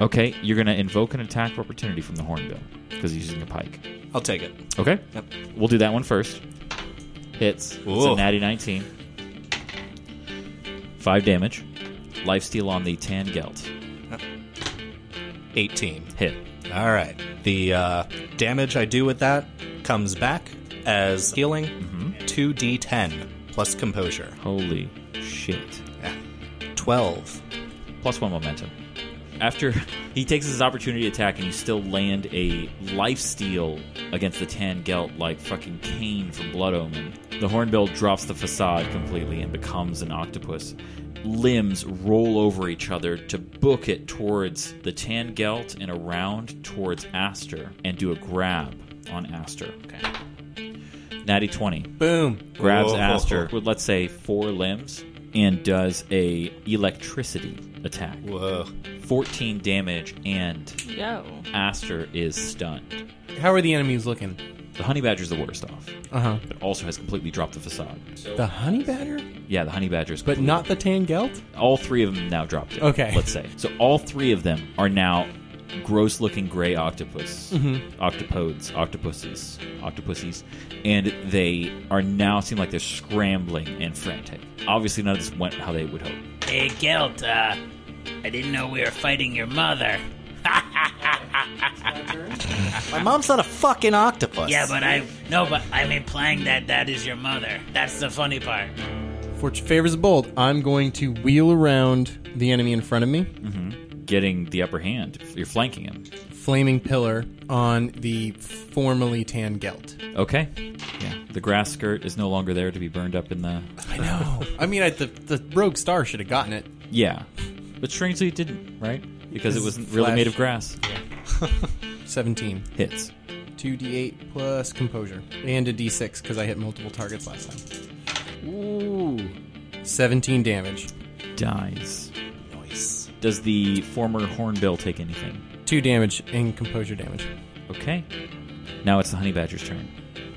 Speaker 2: Okay, you're going to invoke an attack of opportunity from the Hornbill because he's using a pike.
Speaker 6: I'll take it.
Speaker 2: Okay.
Speaker 6: Yep.
Speaker 2: We'll do that one first. Hits. It's a
Speaker 6: Ooh.
Speaker 2: natty 19. Five damage. Lifesteal on the Tan Gelt.
Speaker 6: 18.
Speaker 2: Hit.
Speaker 6: All right. The uh, damage I do with that comes back as healing Mm-hmm. 2d10 plus composure.
Speaker 2: Holy shit.
Speaker 6: 12.
Speaker 2: plus one momentum. After he takes his opportunity attack and you still land a life steal against the Tan Gelt like fucking Kane from Blood Omen, the Hornbill drops the facade completely and becomes an octopus. Limbs roll over each other to book it towards the Tan Gelt and around towards Aster and do a grab on Aster. Natty 20
Speaker 4: Boom.
Speaker 2: grabs
Speaker 6: Whoa.
Speaker 2: Aster with let's say four limbs and does a electricity attack.
Speaker 6: Whoa.
Speaker 2: 14 damage and
Speaker 5: Yo.
Speaker 2: Aster is stunned.
Speaker 4: How are the enemies looking?
Speaker 2: The honey badger's the worst off,
Speaker 4: Uh huh.
Speaker 2: but also has completely dropped the facade.
Speaker 4: The honey badger,
Speaker 2: Yeah, the honey badger's
Speaker 4: but not the tan gelt.
Speaker 2: all three of them now dropped it.
Speaker 4: Okay.
Speaker 2: Let's say. So all three of them are now gross looking gray octopus.
Speaker 4: Mm-hmm.
Speaker 2: Octopodes, octopuses, octopuses. And they are now seem like they're scrambling and frantic. Obviously none of this went how they would hope.
Speaker 7: Hey, Gelt, uh, I didn't know we were fighting your mother.
Speaker 6: My mom's not a fucking octopus.
Speaker 7: Yeah, but I no, but I'm implying that that is your mother. That's the funny part.
Speaker 4: Fortune favors the bold. I'm going to wheel around the enemy in front of me. Mm-hmm.
Speaker 2: Getting the upper hand. You're flanking him.
Speaker 4: Flaming pillar on the formerly tan gelt.
Speaker 2: Okay. Yeah. The grass skirt is no longer there to be burned up in the
Speaker 4: I know. I mean, I, the the rogue star should have gotten it.
Speaker 2: Yeah. But strangely, it didn't, right? Because it
Speaker 4: Because
Speaker 2: wasn't
Speaker 4: it's
Speaker 2: really
Speaker 4: flesh.
Speaker 2: made of grass.
Speaker 4: Seventeen.
Speaker 2: Hits.
Speaker 4: 2d8 plus composure and a d6 because I hit multiple targets last time. Ooh. 17 damage.
Speaker 2: Dies. Does the former hornbill take anything?
Speaker 4: 2 damage and composure damage.
Speaker 2: Okay. Now it's the honey badger's turn.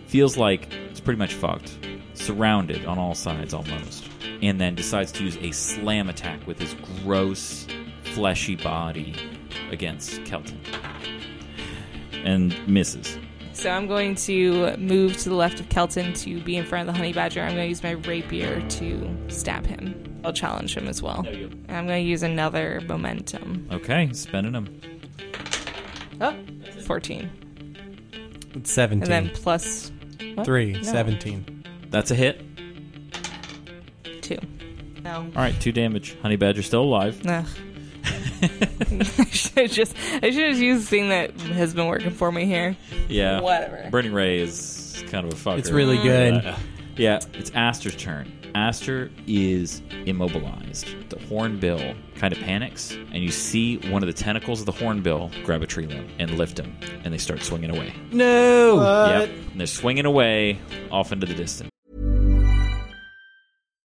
Speaker 2: Feels like it's pretty much fucked. Surrounded on all sides almost. And then decides to use a slam attack with his gross, fleshy body against Kelton. And misses.
Speaker 5: So I'm going to move to the left of Kelton to be in front of the honey badger. I'm going to use my rapier to stab him. I'll challenge him as well. And I'm going to use another momentum.
Speaker 2: Okay, spending them.
Speaker 5: Oh, 14.
Speaker 4: It's 17.
Speaker 5: And then plus what?
Speaker 4: 3,
Speaker 5: No,
Speaker 4: 17.
Speaker 2: That's a hit.
Speaker 5: 2. No.
Speaker 2: All right, two damage. Honey Badger still alive.
Speaker 5: Ugh. I should have just I should have used the thing that has been working for me here.
Speaker 2: Yeah.
Speaker 5: Whatever.
Speaker 2: Burning Ray is kind of a fucker.
Speaker 4: It's really good.
Speaker 2: Yeah, it's Aster's turn. Aster is immobilized. The hornbill kind of panics, and you see one of the tentacles of the hornbill grab a tree limb and lift him, and they start swinging away.
Speaker 4: No!
Speaker 2: Yep. And they're swinging away off into the distance.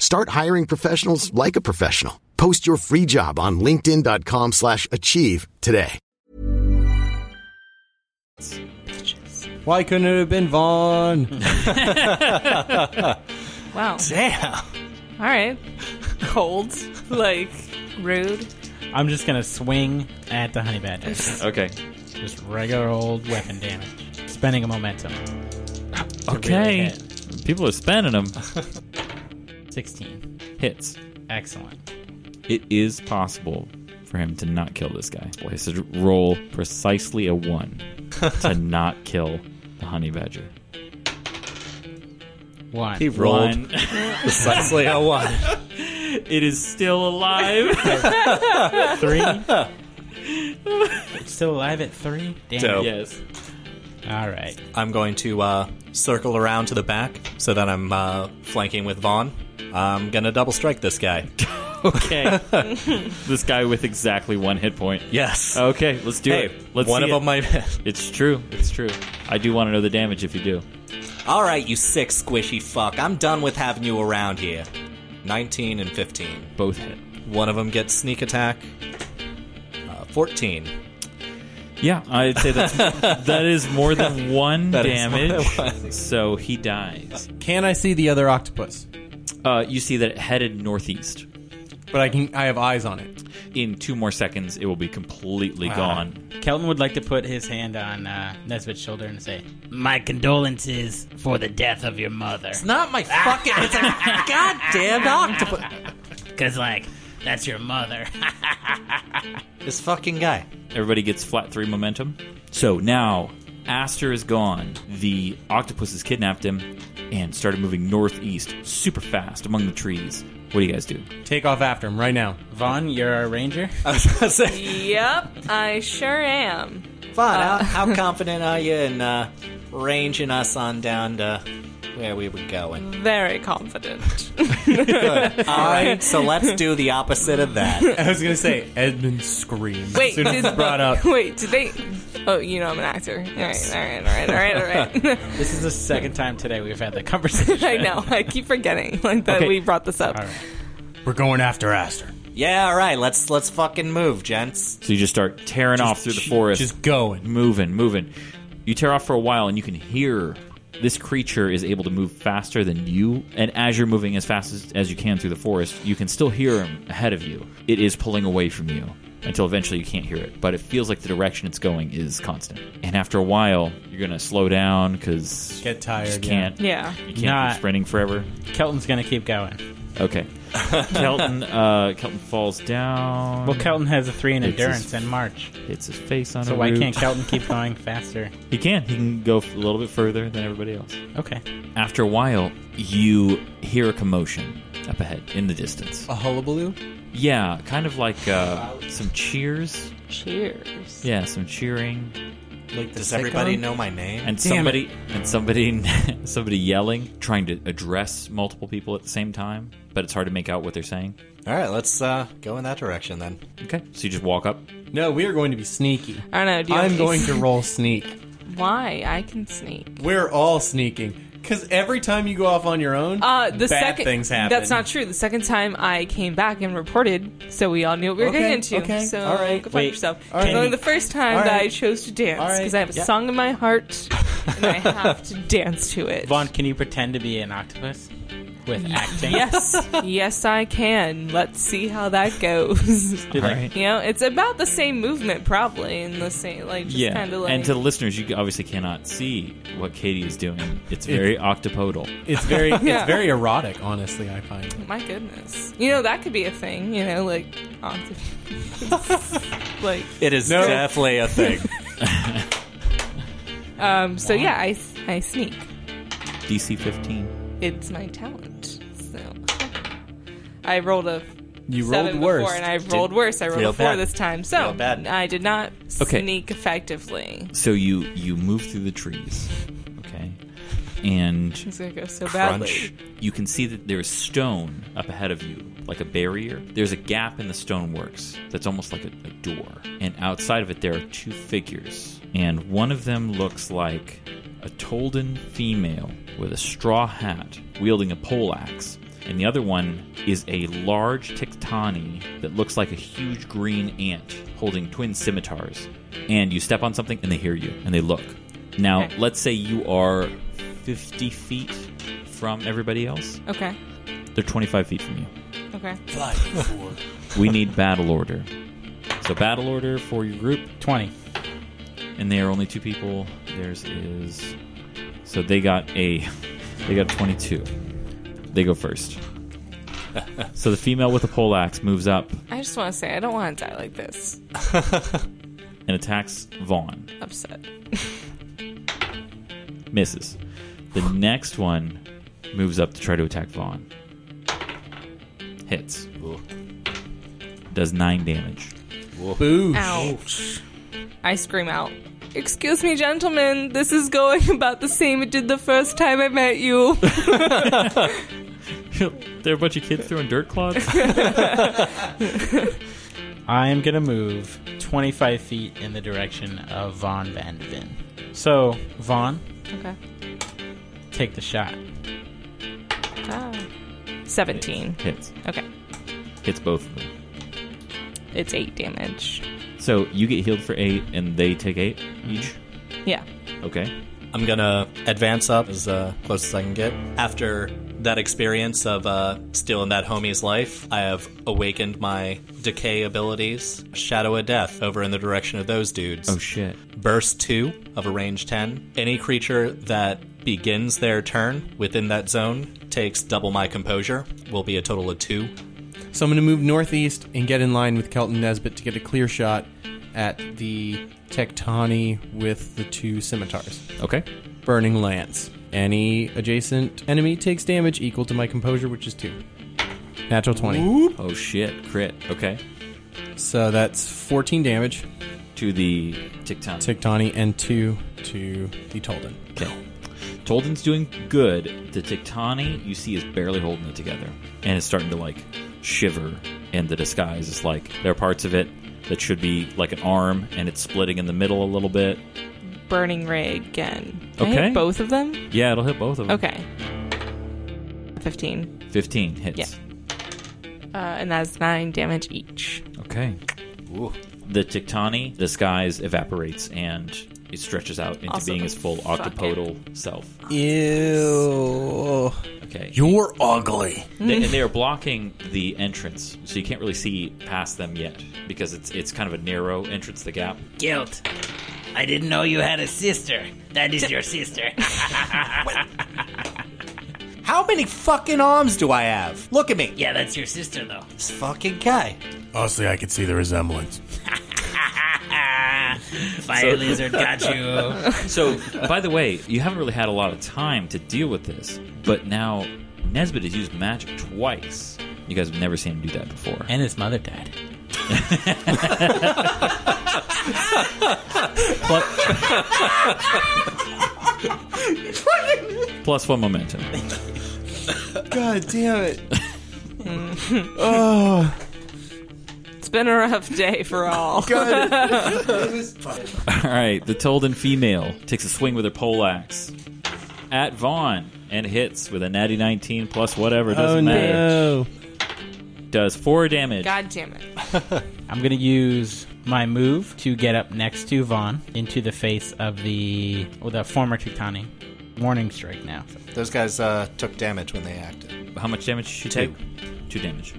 Speaker 8: Start hiring professionals like a professional. Post your free job on linkedin.com/achieve slash achieve today.
Speaker 4: Why couldn't it have been Vaughn?
Speaker 5: Wow.
Speaker 6: Damn.
Speaker 5: All right. Cold, like rude.
Speaker 3: I'm just gonna swing at the honey badger.
Speaker 2: Okay.
Speaker 3: Just regular old weapon damage. Spending a momentum. really
Speaker 2: Okay. People are spending them.
Speaker 3: Sixteen.
Speaker 2: Hits.
Speaker 3: Excellent.
Speaker 2: It is possible for him to not kill this guy. Well, he has to roll precisely a one to not kill the honey badger.
Speaker 3: One.
Speaker 2: One.
Speaker 6: Precisely a one.
Speaker 2: It is still alive.
Speaker 3: three. Still alive at three? Damn.
Speaker 6: Dope.
Speaker 2: yes.
Speaker 3: All right.
Speaker 6: I'm going to uh, circle around to the back so that I'm uh, flanking with Vaughn. I'm gonna double strike this guy.
Speaker 2: Okay. this guy with exactly one hit point.
Speaker 6: Yes.
Speaker 2: Okay, let's do
Speaker 6: Hey,
Speaker 2: it. Let's
Speaker 6: one
Speaker 2: see
Speaker 6: of
Speaker 2: it.
Speaker 6: them might.
Speaker 2: It's true. It's true. I do want to know the damage if you do.
Speaker 6: All right, you sick squishy fuck. I'm done with having you around here. 19 and 15.
Speaker 2: Both hit.
Speaker 6: One of them gets sneak attack. Uh, 14.
Speaker 2: Yeah, I'd say that's that is more than one
Speaker 6: That is more
Speaker 2: damage.
Speaker 6: than one.
Speaker 2: So he dies.
Speaker 4: Can I see the other octopus?
Speaker 2: Uh, you see that it headed northeast.
Speaker 4: But I can. I have eyes on it.
Speaker 2: In two more seconds, it will be completely gone.
Speaker 3: Kelton would like to put his hand on uh, Nesbitt's shoulder and say,
Speaker 7: My condolences for the death of your mother.
Speaker 6: It's not my fucking. It's a goddamn octopus.
Speaker 7: Because, like, that's your mother.
Speaker 6: This fucking guy.
Speaker 2: Everybody gets flat three momentum. So now Aster is gone. The octopus has kidnapped him and started moving northeast super fast among the trees. What do you guys do?
Speaker 4: Take off after him right now.
Speaker 3: Vaughn, you're our ranger?
Speaker 6: I was gonna say,
Speaker 5: Yep, I sure am. Uh,
Speaker 6: Vaughn, how, how confident are you in uh, ranging us on down to where we were going?
Speaker 5: Very confident.
Speaker 6: All right, so let's do the opposite of that.
Speaker 4: I was gonna say Edmund screams.
Speaker 5: Wait,
Speaker 4: as soon as
Speaker 5: did,
Speaker 4: it's brought up.
Speaker 5: wait, did they? Oh, you know I'm an actor. All right, all right, all right, all right, all right.
Speaker 3: This is the second time today we've had that conversation.
Speaker 5: I know. I keep forgetting like that
Speaker 2: Okay.
Speaker 5: we brought this up.
Speaker 4: We're going after Aster.
Speaker 6: Yeah, all right, let's let's fucking move, gents.
Speaker 2: So you just start tearing off through the forest.
Speaker 4: Just going.
Speaker 2: moving, moving. You tear off for a while, and you can hear this creature is able to move faster than you. And as you're moving as fast as, as you can through the forest, you can still hear him ahead of you. It is pulling away from you until eventually you can't hear it, but it feels like the direction it's going is constant. And after a while, you're gonna slow down because
Speaker 4: Get
Speaker 2: You
Speaker 4: tired,
Speaker 2: just
Speaker 4: yeah.
Speaker 2: can't.
Speaker 5: Yeah.
Speaker 2: You can't
Speaker 3: Not-
Speaker 2: keep sprinting forever.
Speaker 3: Kelton's going to keep going.
Speaker 2: Okay. Kelton. Uh, Kelton falls down.
Speaker 3: Well, Kelton has a three in
Speaker 2: It's
Speaker 3: endurance
Speaker 2: his-
Speaker 3: and march.
Speaker 2: hits his face on a
Speaker 3: So why
Speaker 2: root.
Speaker 3: can't Kelton keep going faster?
Speaker 2: He can. He can go f- a little bit further than everybody else.
Speaker 3: Okay.
Speaker 2: After a while, you hear a commotion up ahead in the distance.
Speaker 6: Oh.
Speaker 4: A hullabaloo?
Speaker 2: Yeah, kind of like uh, some cheers.
Speaker 5: Cheers.
Speaker 2: Yeah, some cheering
Speaker 4: Like the
Speaker 6: Does everybody
Speaker 4: sitcom?
Speaker 6: know my name?
Speaker 2: and
Speaker 4: Damn
Speaker 2: somebody and somebody somebody yelling, trying to address multiple people at the same time, but it's hard to make out what they're saying.
Speaker 6: All right, let's uh, go in that direction then.
Speaker 2: Okay, so you just walk up.
Speaker 4: No, we are going to be sneaky.
Speaker 5: I don't know. Do you
Speaker 4: I'm
Speaker 5: want
Speaker 4: going
Speaker 5: me-
Speaker 4: to roll sneak.
Speaker 5: Why? I can sneak.
Speaker 4: We're all sneaking. Because every time you go off on your own,
Speaker 5: Uh,
Speaker 4: bad
Speaker 5: the second
Speaker 4: things happen.
Speaker 5: That's not true. The second time I came back and reported, so we all knew what we were
Speaker 4: Okay,
Speaker 5: getting into.
Speaker 4: okay,
Speaker 5: So
Speaker 4: all right.
Speaker 5: go find
Speaker 3: Wait,
Speaker 5: yourself.
Speaker 4: all right.
Speaker 5: It's only the first time
Speaker 4: All
Speaker 5: that
Speaker 4: right.
Speaker 5: I chose to dance
Speaker 4: All right,
Speaker 5: because I have a
Speaker 4: yeah.
Speaker 5: song in my heart and I have to dance to it.
Speaker 3: Vaughn, can you pretend to be an octopus with acting?
Speaker 5: yes, yes, I can. Let's see how that goes.
Speaker 3: Be like,
Speaker 5: You know, it's about the same movement, probably, and the same, like, just
Speaker 2: yeah,
Speaker 5: kind of like.
Speaker 2: and to the listeners, you obviously cannot see what Katie is doing. It's very octopodal.
Speaker 4: It's very,
Speaker 5: Yeah.
Speaker 4: it's very erotic. Honestly, I find.
Speaker 5: my goodness. You know, that could be a thing, you know, like. octopus. like,
Speaker 6: It is definitely a thing.
Speaker 5: um, so yeah, I, I sneak.
Speaker 2: DC fifteen.
Speaker 5: It's my talent. So I rolled a
Speaker 4: You
Speaker 5: seven
Speaker 4: rolled
Speaker 5: before,
Speaker 4: worse.
Speaker 5: and I rolled worse. I rolled
Speaker 6: Real
Speaker 5: a four
Speaker 6: bad.
Speaker 5: this time, so
Speaker 6: Real bad.
Speaker 5: I did not
Speaker 2: Okay.
Speaker 5: sneak effectively.
Speaker 2: So you you move through the trees, okay, and
Speaker 5: It's gonna go so
Speaker 6: Crunch.
Speaker 5: badly.
Speaker 2: you can see that there's stone up ahead of you, like a barrier. There's a gap in the stoneworks that's almost like a, a door. And outside of it, there are two figures. And one of them looks like a Tolden female with a straw hat wielding a pole axe. And the other one is a large Tiktani that looks like a huge green ant holding twin scimitars. And you step on something and they hear you and they look. Now,
Speaker 5: Okay.
Speaker 2: let's say you are 50 feet from everybody else.
Speaker 5: Okay.
Speaker 2: They're 25 feet from you.
Speaker 5: Okay.
Speaker 2: We need battle order. So battle order for your group,
Speaker 3: Twenty.
Speaker 2: and they are only two people. Theirs is so they got a they got 22. They go first. so the female with the pole axe moves up
Speaker 5: I just want to say I don't want to die like this.
Speaker 2: and attacks Vaughn.
Speaker 5: Upset.
Speaker 2: Misses. The next one moves up to try to attack Vaughn. Hits. Does nine damage.
Speaker 4: Boo.
Speaker 5: Ouch. I scream out. Excuse me, gentlemen. This is going about the same it did the first time I met you.
Speaker 2: there are a bunch of kids throwing dirt clods.
Speaker 3: I am gonna move 25 feet in the direction of Von Van Vin. So Vaughn,
Speaker 5: okay.
Speaker 3: take the shot.
Speaker 5: Ah. Seventeen.
Speaker 2: Hits.
Speaker 5: Okay.
Speaker 2: Hits both of them.
Speaker 5: It's eight damage.
Speaker 2: So you get healed for eight, and they take 8 each.
Speaker 5: Yeah.
Speaker 2: Okay.
Speaker 6: I'm gonna advance up as uh, close as I can get. After that experience of uh, stealing that homie's life, I have awakened my decay abilities. Shadow of Death over in the direction of those dudes.
Speaker 2: Oh shit.
Speaker 6: Burst 2 of a range 10. Any creature that begins their turn within that zone takes double my composure, will be a total of 2.
Speaker 4: So I'm going to move northeast and get in line with Kelton Nesbitt to get a clear shot at the Tectani with the two scimitars.
Speaker 2: Okay.
Speaker 4: Burning Lance. Any adjacent enemy takes damage equal to my composure, which is two. Natural 20.
Speaker 2: Oh shit. Crit. Okay.
Speaker 4: So that's 14 damage,
Speaker 2: To the Tictan.
Speaker 4: Tectani, and two to the Tolden.
Speaker 2: Okay. Tolden's doing good. The Tictani you see is barely holding it together, and it's starting to like shiver. And the disguise is like there are parts of it that should be like an arm, and it's splitting in the middle a little bit.
Speaker 5: Burning Ray again. Can I
Speaker 2: Okay.
Speaker 5: hit both of them?
Speaker 2: Yeah, it'll hit both of them.
Speaker 5: Okay. 15.
Speaker 2: Fifteen hits.
Speaker 5: Yeah. Uh, and that's 9 damage each.
Speaker 2: Okay. The Tiktani disguise evaporates and it stretches out into
Speaker 5: Awesome.
Speaker 2: being its full
Speaker 5: Fuck
Speaker 2: octopodal self.
Speaker 4: Ew.
Speaker 2: Okay.
Speaker 6: You're ugly.
Speaker 2: They,
Speaker 4: Hmm.
Speaker 2: and they are blocking the entrance, so you can't really see past them yet because it's it's kind of a narrow entrance, the gap.
Speaker 7: Guilt. I didn't know you had a sister. That is your sister.
Speaker 6: How many fucking arms do I have? Look at me.
Speaker 7: yeah, that's your sister, though.
Speaker 6: This fucking guy.
Speaker 9: Honestly, I could see the resemblance.
Speaker 7: Fire lizard got you.
Speaker 2: So, by the way, you haven't really had a lot of time to deal with this, but now Nesbit has used magic twice. You guys have never seen him do that before.
Speaker 3: And his mother died.
Speaker 2: Plus one momentum.
Speaker 4: God damn it.
Speaker 5: oh. It's been a rough day for all.
Speaker 2: All right, the Tolden female takes a swing with her poleaxe at Vaughn and hits with a natty 19 plus whatever, doesn't matter. Does four damage.
Speaker 5: God damn it.
Speaker 3: I'm gonna use my move to get up next to Vaughn into the face of the or the former Tutani. Warning strike now.
Speaker 6: Those guys uh, took damage when they acted.
Speaker 2: How much damage did she
Speaker 6: Two.
Speaker 2: take? Two damage.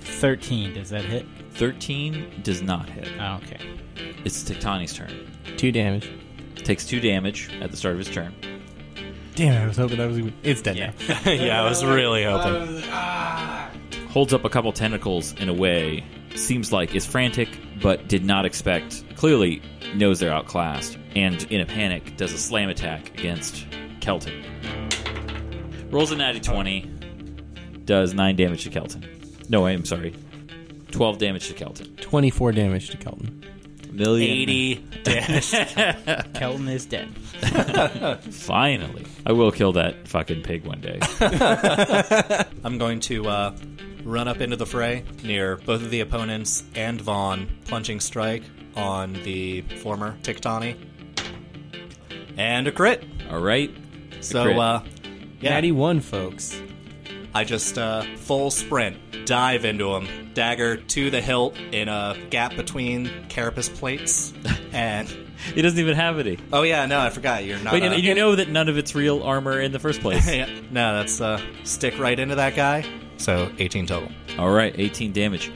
Speaker 3: Thirteen. Does that hit?
Speaker 2: 13 does not hit.
Speaker 6: Ah,
Speaker 3: Oh, okay.
Speaker 2: It's Tectani's turn.
Speaker 4: Two damage.
Speaker 2: Takes two damage at the start of his turn.
Speaker 4: Damn it, I was hoping that was gonna be- It's dead
Speaker 2: Yeah.
Speaker 4: now.
Speaker 6: yeah, I was really hoping.
Speaker 2: holds up a couple tentacles in a way seems like is frantic but did not expect clearly knows they're outclassed and in a panic does a slam attack against kelton rolls a natty 20 does 9 damage to kelton no i'm sorry 12 damage to kelton
Speaker 4: 24 damage to Kelton.
Speaker 2: million
Speaker 6: 80 damage.
Speaker 3: Kelton is dead.
Speaker 2: finally i will kill that fucking pig one day
Speaker 6: I'm going to uh, run up into the fray near both of the opponents and Vaughn, plunging strike on the former Tiktani. And a crit.
Speaker 2: all right
Speaker 6: So,
Speaker 2: crit.
Speaker 6: uh, yeah,
Speaker 4: Natty one, folks.
Speaker 6: I just uh, full sprint, dive into him, dagger to the hilt in a gap between carapace plates. And,
Speaker 2: it doesn't even have any
Speaker 6: oh yeah, no, I forgot. You're not.
Speaker 2: but
Speaker 6: uh,
Speaker 2: you, you know that none of it's real armor in the first place
Speaker 6: yeah, no, that's uh, stick right into that guy. So 18 total.
Speaker 2: all right 18 damage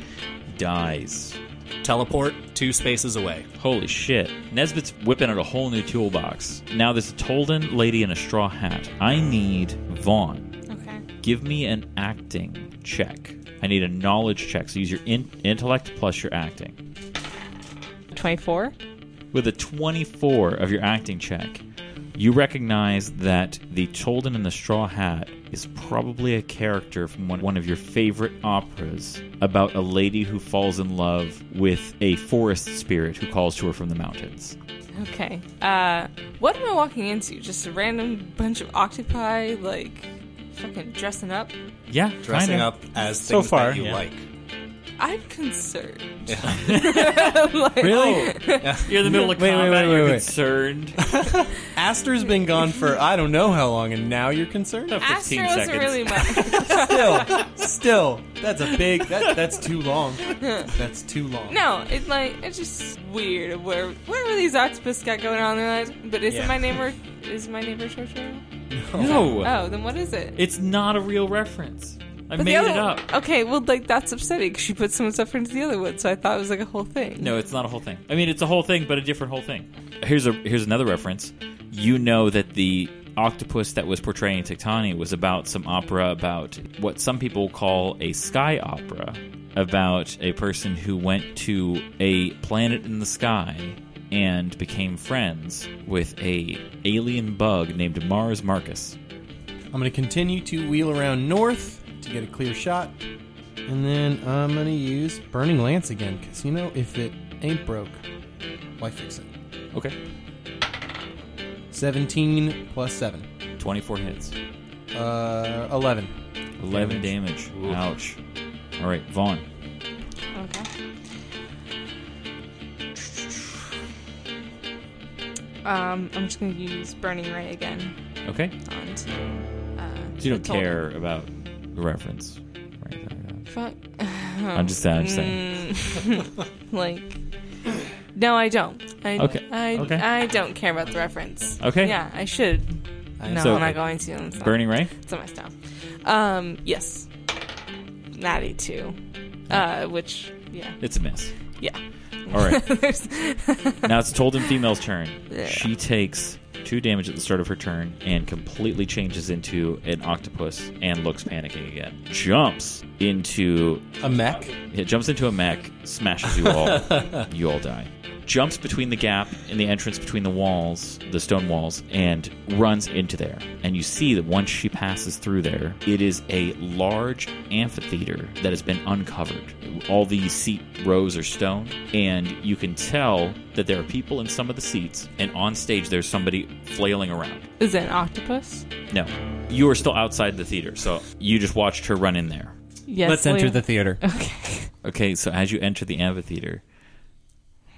Speaker 2: dies
Speaker 6: Teleport two spaces away.
Speaker 2: Holy shit. Nesbitt's whipping out a whole new toolbox. Now there's a Tolden lady in a straw hat. I need Vaughn.
Speaker 5: Okay.
Speaker 2: Give me an acting check. I need a knowledge check. So use your in- intellect plus your acting.
Speaker 5: 24?
Speaker 2: With a 24 of your acting check, you recognize that the Tolden in the straw hat is probably a character from one, one of your favorite operas about a lady who falls in love with a forest spirit who calls to her from the mountains.
Speaker 5: Okay. Uh, what am I walking into? Just a random bunch of octopi, like, fucking dressing up?
Speaker 2: Yeah,
Speaker 6: dressing
Speaker 2: kinda.
Speaker 6: up as
Speaker 3: So
Speaker 6: things
Speaker 3: far,
Speaker 6: that you
Speaker 3: yeah.
Speaker 6: like.
Speaker 5: I'm concerned.
Speaker 4: Really?
Speaker 2: You're in the middle of
Speaker 4: Wait, wait,
Speaker 2: combat.
Speaker 4: wait, wait,
Speaker 2: you're
Speaker 4: wait.
Speaker 2: concerned.
Speaker 4: Aster's been gone for I don't know how long, and now you're concerned?
Speaker 5: Astro
Speaker 2: 15
Speaker 5: wasn't
Speaker 2: seconds.
Speaker 5: really my.
Speaker 4: Still, still, that's a big, that, that's too long. That's too long.
Speaker 5: No, it's like, it's just weird. of Where whatever these octopus got going on in their lives. But isn't
Speaker 4: Yeah.
Speaker 5: my neighbor. Is my neighbor Shortshore?
Speaker 2: No,
Speaker 5: Oh, then what is it?
Speaker 2: it's not a real reference. I
Speaker 5: But the
Speaker 2: made
Speaker 5: other-
Speaker 2: it up.
Speaker 5: Okay, well, like that's upsetting 'cause she put so much effort into the other one, so I thought it was like a whole thing.
Speaker 2: No, it's not a whole thing. I mean, it's a whole thing, but a different whole thing. Here's a here's another reference. You know that the octopus that was portraying Tiktani was about some opera about what some people call a sky opera about a person who went to a planet in the sky and became friends with a alien bug named Mars Marcus.
Speaker 4: I'm going to continue to wheel around north to get a clear shot. And then I'm going to use Burning Lance again, because you know, if it ain't broke, why fix it?
Speaker 2: Okay.
Speaker 4: 17 plus 7.
Speaker 2: 24 hits.
Speaker 4: Uh, 11.
Speaker 2: 11 damage. Ouch. All right, Vaughn.
Speaker 5: Okay. Um, I'm just gonna use Burning Ray again
Speaker 2: Okay.
Speaker 5: on. to, Uh,
Speaker 2: So you don't
Speaker 5: the Tolden.
Speaker 2: care about the reference. or anything like that.
Speaker 5: Fuck. Mm.
Speaker 2: I'm just I'm just saying.
Speaker 5: Like. No, I don't. I,
Speaker 2: Okay.
Speaker 5: I,
Speaker 2: Okay.
Speaker 5: I don't care about the reference.
Speaker 2: Okay.
Speaker 5: Yeah, I should. no,
Speaker 2: So- uh,
Speaker 5: I'm not going to. It's not-
Speaker 2: Burning Ray?
Speaker 5: It's on my style. Um, yes. Natty too. Uh, which, yeah.
Speaker 2: It's a miss.
Speaker 5: Yeah.
Speaker 2: All right.
Speaker 5: There's-
Speaker 2: now it's Tolden Female's turn.
Speaker 5: Yeah.
Speaker 2: She takes two damage at the start of her turn and completely changes into an octopus and looks panicking again. Jumps into
Speaker 4: A mech?
Speaker 2: it jumps into a mech, smashes you all. you all die. jumps between the gap in the entrance between the walls, the stone walls, and runs into there. And you see that once she passes through there, it is a large amphitheater that has been uncovered. All the seat rows are stone, and you can tell that there are people in some of the seats, and on stage there's somebody flailing around.
Speaker 5: Is it an octopus?
Speaker 2: No, you are still outside the theater, so you just watched her run in there.
Speaker 5: Yes.
Speaker 4: Let's enter
Speaker 5: Leah.
Speaker 4: the theater.
Speaker 5: Okay.
Speaker 2: Okay, so as you enter the amphitheater,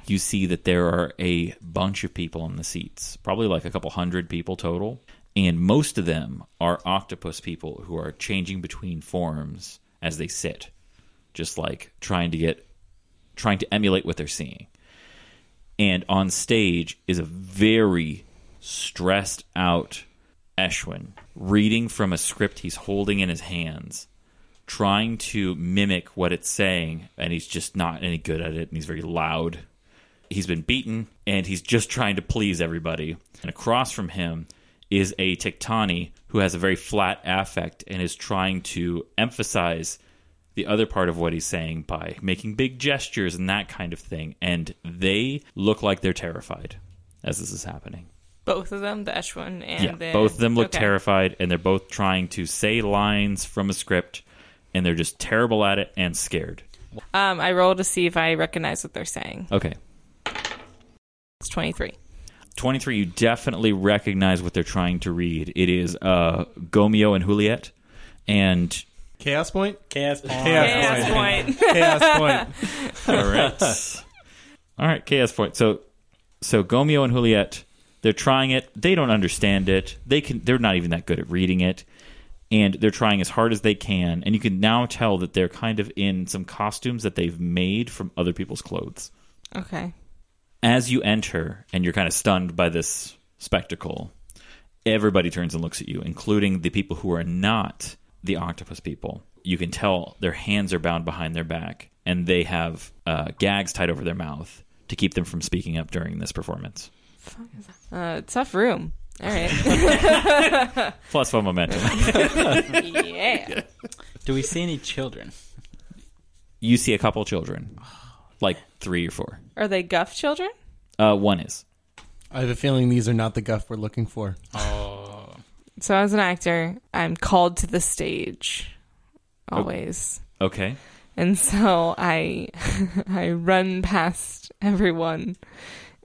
Speaker 2: you see that there are a bunch of people on the seats, probably like a couple hundred people total. And most of them are octopus people who are changing between forms as they sit, just like trying to get, trying to emulate what they're seeing. And on stage is a very stressed out Eshwin reading from a script he's holding in his hands trying to mimic what it's saying, and he's just not any good at it, and he's very loud. He's been beaten, and he's just trying to please everybody. And across from him is a Tiktani who has a very flat affect and is trying to emphasize the other part of what he's saying by making big gestures and that kind of thing. And they look like they're terrified as this is happening
Speaker 5: Both of them, the Eshwin and
Speaker 2: yeah,
Speaker 5: the
Speaker 2: both of them look
Speaker 5: Okay.
Speaker 2: terrified, and they're both trying to say lines from a script, and they're just terrible at it and scared.
Speaker 5: Um, I roll to see if I recognize what they're saying.
Speaker 2: Okay,
Speaker 5: It's twenty three.
Speaker 2: twenty three. You definitely recognize what they're trying to read. It is uh, Gomeo and Juliet, and
Speaker 4: Chaos point.
Speaker 3: Chaos Pawn.
Speaker 5: Chaos point.
Speaker 4: Chaos point.
Speaker 2: all right, all right, chaos point. So, so Gomeo and Juliet, they're trying it. They don't understand it. They can. They're not even that good at reading it. and they're trying as hard as they can and you can now tell that they're kind of in some costumes that they've made from other people's clothes
Speaker 5: Okay.
Speaker 2: as you enter and you're kind of stunned by this spectacle everybody turns and looks at you including the people who are not the octopus people you can tell their hands are bound behind their back and they have uh, gags tied over their mouth to keep them from speaking up during this performance
Speaker 5: Uh, tough room. All right.
Speaker 2: plus one momentum
Speaker 5: yeah.
Speaker 3: Do we see any children?
Speaker 2: you see a couple children like three or four
Speaker 5: Are they guff children?
Speaker 2: uh, one is
Speaker 4: I have a feeling these are not the guff we're looking for.
Speaker 5: So as an actor, I'm called to the stage always.
Speaker 2: okay
Speaker 5: And so I I run past everyone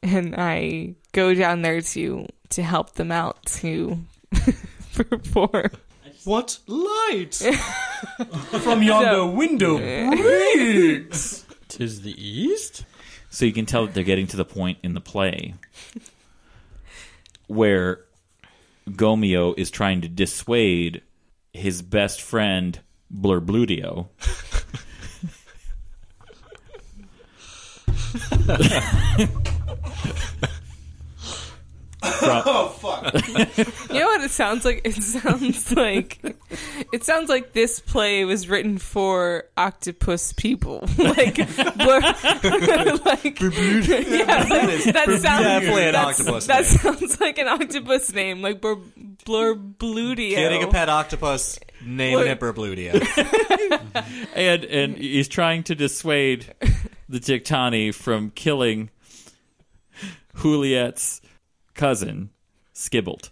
Speaker 5: and I go down there to to help them out to perform.
Speaker 9: What light from yonder window breaks?
Speaker 3: Tis the East?
Speaker 2: So you can tell that they're getting to the point in the play where Gomeo is trying to dissuade his best friend Blurblutio.
Speaker 6: Oh,
Speaker 5: You know what it sounds like? It sounds like it sounds like this play was written for octopus people. like, blur, like, yeah, like, that sounds
Speaker 6: Definitely an
Speaker 5: that's-
Speaker 6: octopus name.
Speaker 5: That sounds like an octopus name, like blur, blurbludio.
Speaker 6: Getting a pet octopus, naming it Berbludia.
Speaker 2: and and he's trying to dissuade the Tiktani from killing Juliet's cousin, Skibbled.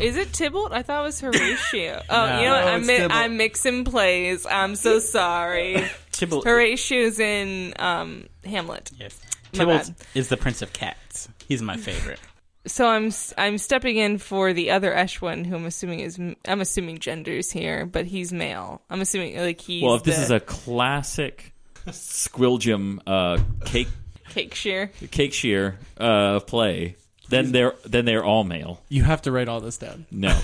Speaker 5: Is it Tybalt? I thought it was Horatio. Oh, you know what? I'm, mi- I'm mixing plays. I'm so sorry.
Speaker 3: Tybalt.
Speaker 5: Horatio's in um, Hamlet.
Speaker 3: Yes.
Speaker 5: My
Speaker 3: Tybalt
Speaker 5: bad.
Speaker 3: is the Prince of Cats. He's my favorite.
Speaker 5: so I'm s- I'm stepping in for the other Eshwin, who I'm assuming is m- I'm assuming genders here, but he's male. I'm assuming like he's
Speaker 2: Well, if this
Speaker 5: the
Speaker 2: is a classic Squiljum uh, cake
Speaker 5: cake shear.
Speaker 2: cake shear uh, play, then they're then they're all male.
Speaker 4: You have to write all this down.
Speaker 2: No,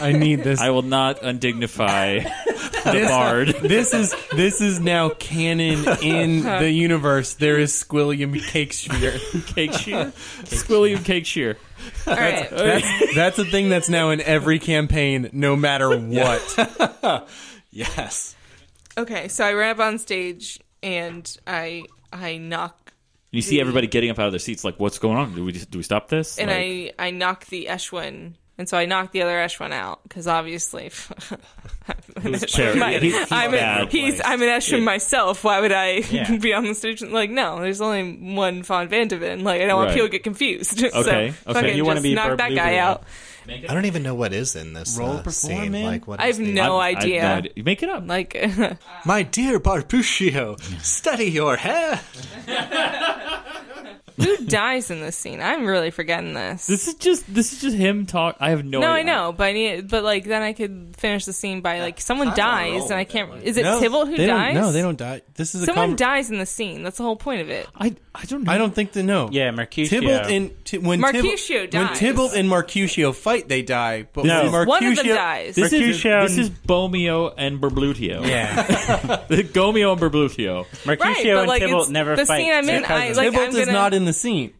Speaker 4: I need this.
Speaker 2: I will not undignify the bard.
Speaker 4: this is this is now canon in the universe. There is Squilliam Cakeshire.
Speaker 2: Cake shear, Squillium cake shear.
Speaker 5: All right,
Speaker 4: That's, that's a thing that's now in every campaign, no matter what.
Speaker 6: yes.
Speaker 5: okay. So I ran up on stage and I I knock
Speaker 2: And you see everybody getting up out of their seats, like, "What's going on? Do we just, do we stop this?"
Speaker 5: and
Speaker 2: Like,
Speaker 5: I I knock the Eshwin, and And so I knocked the other Eshwan out because obviously
Speaker 2: He was
Speaker 5: I'm,
Speaker 2: terrible. He- he's
Speaker 5: I'm,
Speaker 2: bad.
Speaker 5: a, he's, I'm an Eshwan
Speaker 2: Yeah.
Speaker 5: myself. Why would I
Speaker 2: Yeah.
Speaker 5: be on the stage? Like, no, there's only one Von Vandeven. Like, I don't want
Speaker 6: Right.
Speaker 5: people to get confused. so
Speaker 6: Okay, okay.
Speaker 5: fucking
Speaker 6: You wanna
Speaker 5: just
Speaker 6: be
Speaker 5: knock that
Speaker 6: Barb
Speaker 5: guy
Speaker 6: Lugia.
Speaker 5: out.
Speaker 6: I don't even know what is in this
Speaker 5: Roll
Speaker 6: uh,
Speaker 5: perform,
Speaker 6: scene.
Speaker 5: man.
Speaker 6: Like, what
Speaker 5: I
Speaker 6: is
Speaker 5: have
Speaker 6: the-
Speaker 5: no I've- I've idea. no idea.
Speaker 2: Make it up.
Speaker 5: Like,
Speaker 6: My dear Barbuccio, study your hair.
Speaker 5: who dies in this scene? I'm really forgetting this.
Speaker 2: This is just this is just him talk. I have no.
Speaker 5: No, I
Speaker 2: idea.
Speaker 5: know, but I need, but like then I could finish the scene by like someone
Speaker 6: I'm not
Speaker 5: dies
Speaker 6: rolling
Speaker 5: and I
Speaker 6: with
Speaker 5: can't.
Speaker 6: that one.
Speaker 5: Is it
Speaker 4: No,
Speaker 5: Tibble who
Speaker 4: they don't-
Speaker 5: dies?
Speaker 4: no, they don't die. This is a
Speaker 5: someone
Speaker 4: conver-
Speaker 5: dies in the scene. That's the whole point of it.
Speaker 2: I I don't.
Speaker 4: I don't think they know. Yeah,
Speaker 3: Mercutio.
Speaker 4: Tybalt and Ti- when Tybalt-
Speaker 5: Mercutio
Speaker 4: When
Speaker 5: dies.
Speaker 4: Tybalt and Mercutio fight, they die. But
Speaker 2: No.
Speaker 4: when Mercutio,
Speaker 5: One of them dies.
Speaker 2: This is
Speaker 4: Mercutio-
Speaker 2: this is Bomio and Berblutio.
Speaker 4: Yeah.
Speaker 2: Gomio and Berblutio.
Speaker 5: Right, but, like, it's- the scene I'm in. I, like,
Speaker 4: Tybalt
Speaker 5: I'm
Speaker 4: is
Speaker 5: gonna,
Speaker 4: not in the scene.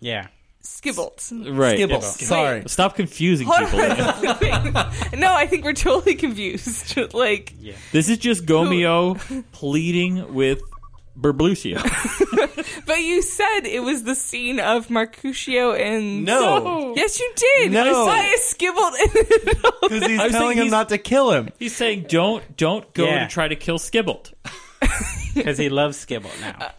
Speaker 3: Yeah.
Speaker 5: Skibble.
Speaker 2: Right.
Speaker 4: Skibble. Sorry.
Speaker 2: Stop confusing
Speaker 5: Hold
Speaker 2: people.
Speaker 5: no, I think we're totally confused. like,
Speaker 2: This is just Gomio pleading with Berblutio.
Speaker 5: but you said it was the scene of Mercutio and
Speaker 2: No. No.
Speaker 5: yes, you did.
Speaker 2: No.
Speaker 5: why is Skibble in the middle?
Speaker 4: Because he's telling him not to kill him.
Speaker 2: He's saying don't don't go
Speaker 3: Yeah.
Speaker 2: to try to kill Skibbled.
Speaker 3: Because he loves Skibble now.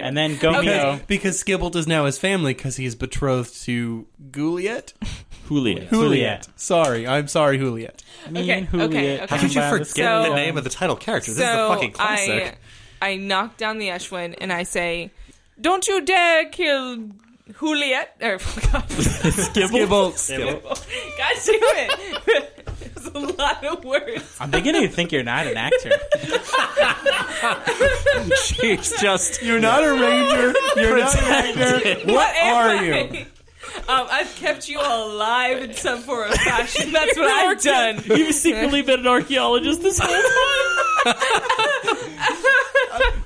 Speaker 3: And then Gomio.
Speaker 4: Because, because Skibbled is now his family because he is betrothed to Juliet.
Speaker 2: Juliet.
Speaker 4: Juliet. Sorry, I'm sorry, Juliet.
Speaker 5: Okay, and Juliet okay, okay.
Speaker 6: How could you
Speaker 5: Combined
Speaker 6: forget
Speaker 5: with Skibble.
Speaker 6: the name of the title character? This is a fucking classic.
Speaker 5: I, I knock down the Eshwin and I say, "Don't you dare kill Juliet!" Or oh God,
Speaker 4: Skibbled.
Speaker 5: God damn it! There's a lot of words.
Speaker 3: I'm beginning to think you're not an actor.
Speaker 4: She's just. You're not a ranger. You're not an actor. What
Speaker 5: am
Speaker 4: are
Speaker 5: I?
Speaker 4: you?
Speaker 5: Um, I've kept you all alive in some form of fashion. That's what I've done.
Speaker 2: You've secretly been an archaeologist this whole time.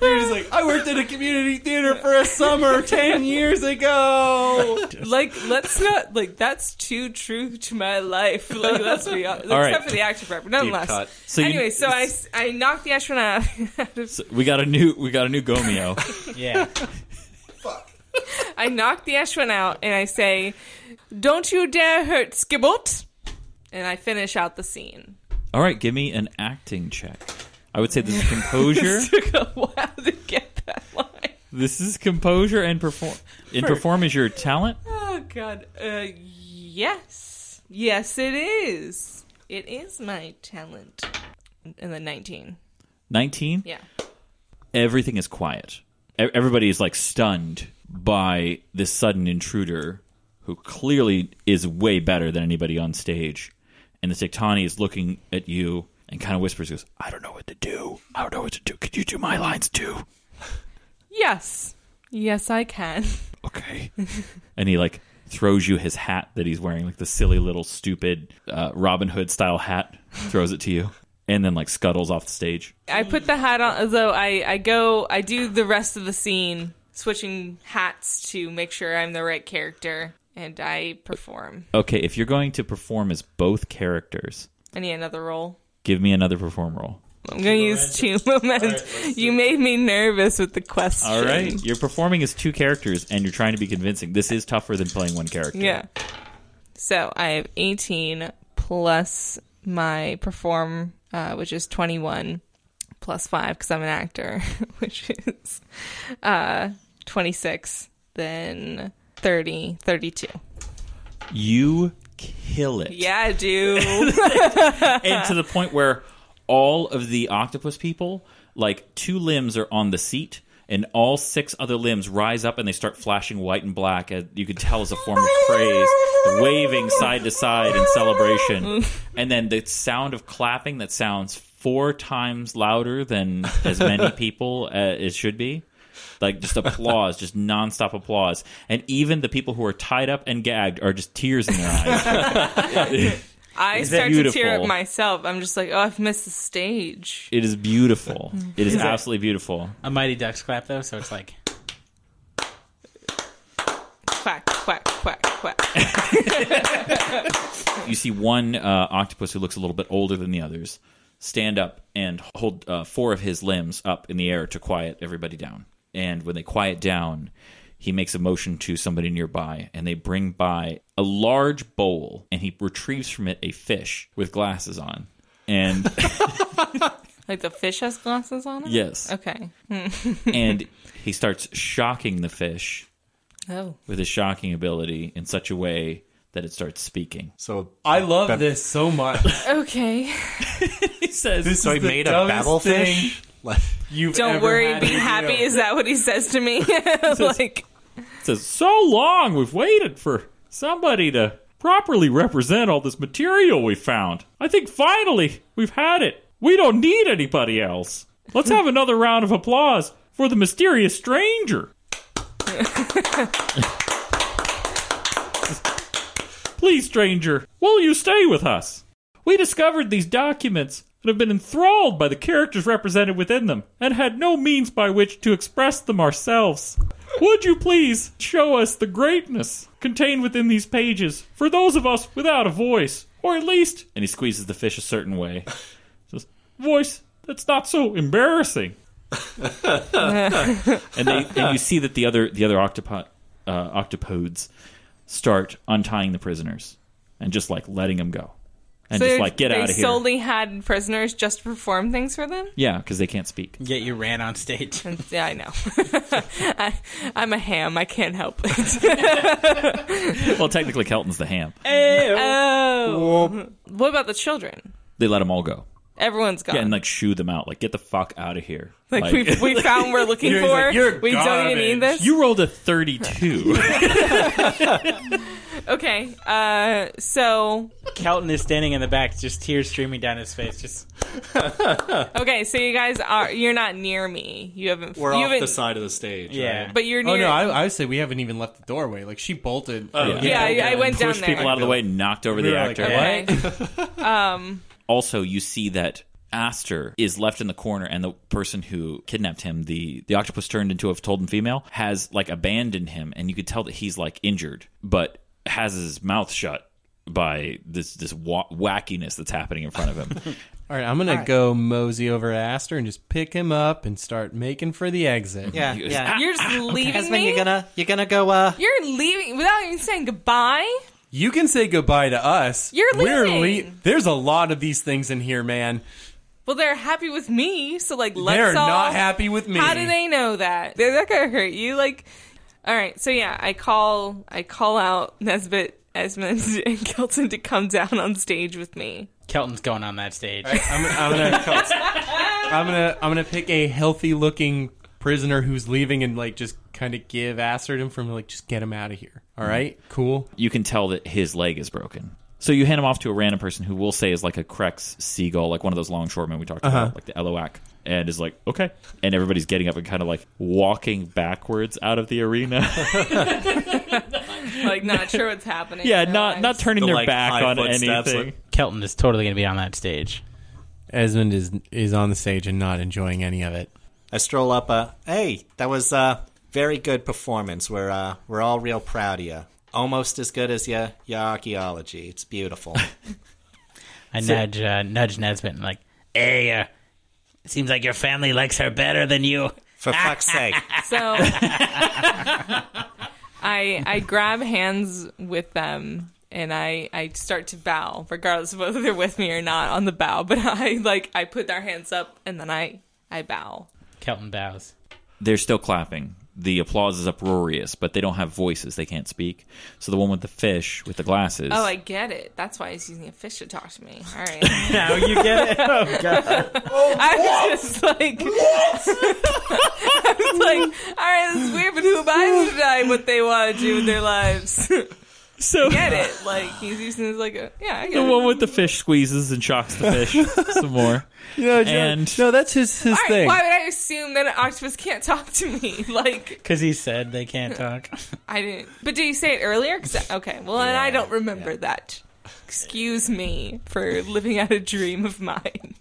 Speaker 4: You're just like, I worked at a community theater for a summer 10 years ago.
Speaker 5: Like, let's not like that's too true to my life. Like, let's be honest.
Speaker 2: All right.
Speaker 5: Except for the actor part, but nonetheless.
Speaker 2: cut. So you-
Speaker 5: anyway, so I, I knocked the astronaut out of
Speaker 2: We got a new we got a new Gomio.
Speaker 3: Yeah.
Speaker 5: I knock the Eshwin out and I say, Don't you dare hurt Skibbot! And I finish out the scene.
Speaker 2: All right, give me an acting check. I would say this is composure.
Speaker 5: Took a while to get that line.
Speaker 2: this is composure and perform. And
Speaker 5: For-
Speaker 2: perform is your talent.
Speaker 5: Oh, God. Uh, yes. Yes, it is. It is my talent. And then 19.
Speaker 2: Nineteen.
Speaker 5: Yeah.
Speaker 2: everything is quiet. E- Everybody is like stunned by this sudden intruder who clearly is way better than anybody on stage. And the Tiktani is looking at you and kind of whispers, goes, I don't know what to do. I don't know what to do. Could you do my lines too?
Speaker 5: Yes. Yes, I can.
Speaker 2: Okay. And he like throws you his hat that he's wearing, like the silly little stupid uh, Robin Hood style hat, throws it to you, and then like scuttles off the stage.
Speaker 5: I put the hat on, though I, I go, I do the rest of the scene, switching hats to make sure I'm the right character, and I perform.
Speaker 2: Okay, if you're going to perform as both characters,
Speaker 5: I need another role.
Speaker 2: give me another perform role.
Speaker 5: I'm gonna use two moments. you made me nervous with the question.
Speaker 2: All right, you're performing as two characters, and you're trying to be convincing. This is tougher than playing one character.
Speaker 5: Yeah. So I have 18 plus my perform, uh, which is 21, plus five because I'm an actor, which is uh, 26, then 30, 32.
Speaker 2: You kill it,
Speaker 5: Yeah, dude.
Speaker 2: and to the point where all of the octopus people, like two limbs, are on the seat, and all six other limbs rise up and they start flashing white and black. As you can tell, as a form of praise, waving side to side in celebration, and then the sound of clapping that sounds four times louder than as many people uh, it should be. like just applause, just nonstop applause, and even the people who are tied up and gagged are just tears in their eyes.
Speaker 5: I
Speaker 2: Is that
Speaker 5: start to tear
Speaker 2: beautiful?
Speaker 5: up myself. I'm just like, oh, I've missed the stage.
Speaker 2: It is beautiful. It Mm-hmm. is
Speaker 3: Is that-
Speaker 2: absolutely beautiful.
Speaker 3: A Mighty Ducks clap, though, so it's like.
Speaker 5: Quack, quack, quack, quack.
Speaker 2: You see one uh, octopus who looks a little bit older than the others stand up and hold uh, four of his limbs up in the air to quiet everybody down. And when they quiet down, he makes a motion to somebody nearby, and they bring by a large bowl, and he retrieves from it a fish with glasses on. And
Speaker 5: Like the fish has glasses on it?
Speaker 2: Yes.
Speaker 5: Okay. Hmm.
Speaker 2: and he starts shocking the fish
Speaker 5: oh.
Speaker 2: with his shocking ability in such a way that it starts speaking.
Speaker 6: So
Speaker 4: I love this so much.
Speaker 5: Okay.
Speaker 2: he says
Speaker 4: This
Speaker 6: So
Speaker 4: is
Speaker 6: he
Speaker 4: the
Speaker 6: made a
Speaker 4: dumbest
Speaker 6: babble
Speaker 4: thing
Speaker 6: fish? Like,
Speaker 4: You've
Speaker 5: Don't
Speaker 4: ever
Speaker 5: worry,
Speaker 4: had
Speaker 5: be
Speaker 4: in your
Speaker 5: happy.
Speaker 4: meal.
Speaker 5: Is that what he says to me? like,
Speaker 2: says, "So long, we've waited for somebody to properly represent all this material we found. I think finally we've had it. We don't need anybody else. Let's have another round of applause for the mysterious stranger." Please, stranger, will you stay with us? We discovered these documents and have been enthralled by the characters represented within them, and had no means by which to express them ourselves. Would you please show us the greatness contained within these pages for those of us without a voice, or at least. And he squeezes the fish a certain way. Says, voice that's not so embarrassing. and they and you see that the other the other octopo- uh, octopodes start untying the prisoners and just like letting them go and
Speaker 5: so
Speaker 2: just like get
Speaker 5: they
Speaker 2: out of here.
Speaker 5: solely had prisoners just to perform things for them?
Speaker 2: yeah, because they can't speak.
Speaker 3: Yet you ran on stage.
Speaker 5: Yeah, I know. I, I'm a ham. I can't help it.
Speaker 2: Well, technically, Kelton's the ham.
Speaker 5: oh. Uh, What about the children?
Speaker 2: They let them all go.
Speaker 5: Everyone's gone.
Speaker 2: Yeah, and like shoo them out. Like get the fuck out of here.
Speaker 5: like, we, we found we're looking
Speaker 4: You're-
Speaker 5: for.
Speaker 4: he's like, "You're
Speaker 5: we don't even need
Speaker 4: garbage."
Speaker 5: this.
Speaker 2: you rolled a thirty-two.
Speaker 5: Okay. Uh, so
Speaker 3: Kelton is standing in the back, just tears streaming down his face. Just
Speaker 5: okay, so you guys are you're not near me. You haven't.
Speaker 6: we're
Speaker 5: you
Speaker 6: off
Speaker 5: haven't,
Speaker 6: the side of the stage.
Speaker 3: yeah.
Speaker 6: right?
Speaker 5: But you're near.
Speaker 4: Oh no, I, I would say we haven't even left the doorway. Like she bolted.
Speaker 6: yeah.
Speaker 5: yeah, I- I, went down
Speaker 2: Pushed
Speaker 5: there.
Speaker 2: people out of the way, knocked over
Speaker 4: We
Speaker 2: the
Speaker 4: were like,
Speaker 2: actor.
Speaker 4: "What?"
Speaker 5: Okay. Um,
Speaker 2: Also, you see that Aster is left in the corner, and the person who kidnapped him, the the octopus turned into a Tolden female, has like abandoned him, and you could tell that he's like injured, but has his mouth shut by this this wa- wackiness that's happening in front of him.
Speaker 4: All right, I'm gonna go mosey over to Aster and just pick him up and start making for the exit.
Speaker 6: Yeah,
Speaker 2: You-
Speaker 6: yeah.
Speaker 5: You're just leaving
Speaker 6: Esmond,
Speaker 5: me.
Speaker 6: you're gonna you're gonna go. Uh,
Speaker 5: You're leaving without even saying goodbye.
Speaker 4: You can say goodbye to us.
Speaker 5: You're
Speaker 4: We're
Speaker 5: leaving.
Speaker 4: There's a lot of these things in here, man.
Speaker 5: Well, they're happy with me, so like let's
Speaker 4: They're
Speaker 5: all.
Speaker 4: not happy with me.
Speaker 5: How do they know that? They're not gonna hurt you. Like, all right. So yeah, I call. I call out Nesbit, Esmond, and Kelton to come down on stage with me.
Speaker 3: Kelton's going on that stage.
Speaker 4: I'm, I'm gonna, I'm gonna, I'm gonna pick a healthy-looking prisoner who's leaving and like just kind of give Aster to him from like just get him out of here. All right, cool.
Speaker 2: you can tell that his leg is broken. So you hand him off to a random person who will say is like a Crex seagull, like one of those longshoremen we talked
Speaker 4: Uh-huh.
Speaker 2: about, like the Eloak, and is like, okay. And everybody's getting up and kind of like walking backwards out of the arena.
Speaker 5: Like, not sure what's happening.
Speaker 2: yeah,
Speaker 5: in their
Speaker 2: not
Speaker 5: lives.
Speaker 2: not turning
Speaker 6: The,
Speaker 2: their
Speaker 6: like,
Speaker 2: back
Speaker 6: high
Speaker 2: on
Speaker 6: footsteps,
Speaker 2: anything.
Speaker 6: like-
Speaker 3: Kelton is totally going to be on that stage.
Speaker 4: Esmond is is on the stage and not enjoying any of it.
Speaker 6: I stroll up. Uh, hey, that was uh, very good performance. We're uh, we're all real proud of you. Almost as good as your your archaeology. It's beautiful.
Speaker 3: I nudge uh, nudge Nesbitt and like,
Speaker 7: Hey, uh, it seems like your family likes her better than you.
Speaker 6: For fuck's sake.
Speaker 5: So I I grab hands with them and I I start to bow, regardless of whether they're with me or not on the bow. But I like I put our hands up and then I I bow.
Speaker 3: Kelton bows.
Speaker 2: They're still clapping. The applause is uproarious, but they don't have voices. They can't speak. So the one with the fish with the glasses.
Speaker 5: Oh, I get it. That's why he's using a fish to talk to me. All right.
Speaker 3: Now you get it. Oh, God.
Speaker 5: I was just like, I was like, all right, this is weird, but who buys tonight what they want to do with their lives?
Speaker 2: so
Speaker 5: get it? Like he's using it as like a yeah. I get
Speaker 2: the
Speaker 5: it.
Speaker 2: one with the fish squeezes and shocks the fish some more.
Speaker 4: No,
Speaker 2: And-
Speaker 4: no, that's his his
Speaker 5: All right,
Speaker 4: thing.
Speaker 5: why would I assume that an octopus can't talk to me? Like
Speaker 3: Because he said they can't talk.
Speaker 5: I didn't. But did you say it earlier? 'Cause I- okay. Well, and I don't remember that. Excuse me for living out a dream of mine.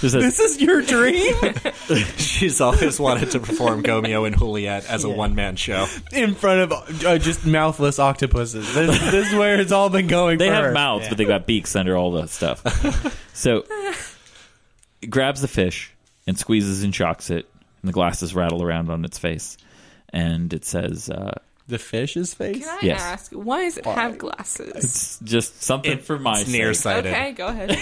Speaker 2: There's a-
Speaker 4: this is your dream.
Speaker 6: She's always wanted to perform Gomeo and Juliet as a one man show.
Speaker 4: in front of uh, just mouthless octopuses. This, this is where it's all been going.
Speaker 2: They
Speaker 4: for
Speaker 2: have
Speaker 4: her.
Speaker 2: mouths, but they got beaks under all the stuff. so grabs the fish and squeezes and shocks it, and the glasses rattle around on its face. and it says uh,
Speaker 4: the fish's face.
Speaker 5: Can I
Speaker 2: Yes.
Speaker 5: ask why does it have glasses?
Speaker 2: It's just something for my
Speaker 6: it's
Speaker 2: sake.
Speaker 6: nearsighted.
Speaker 5: okay, go ahead.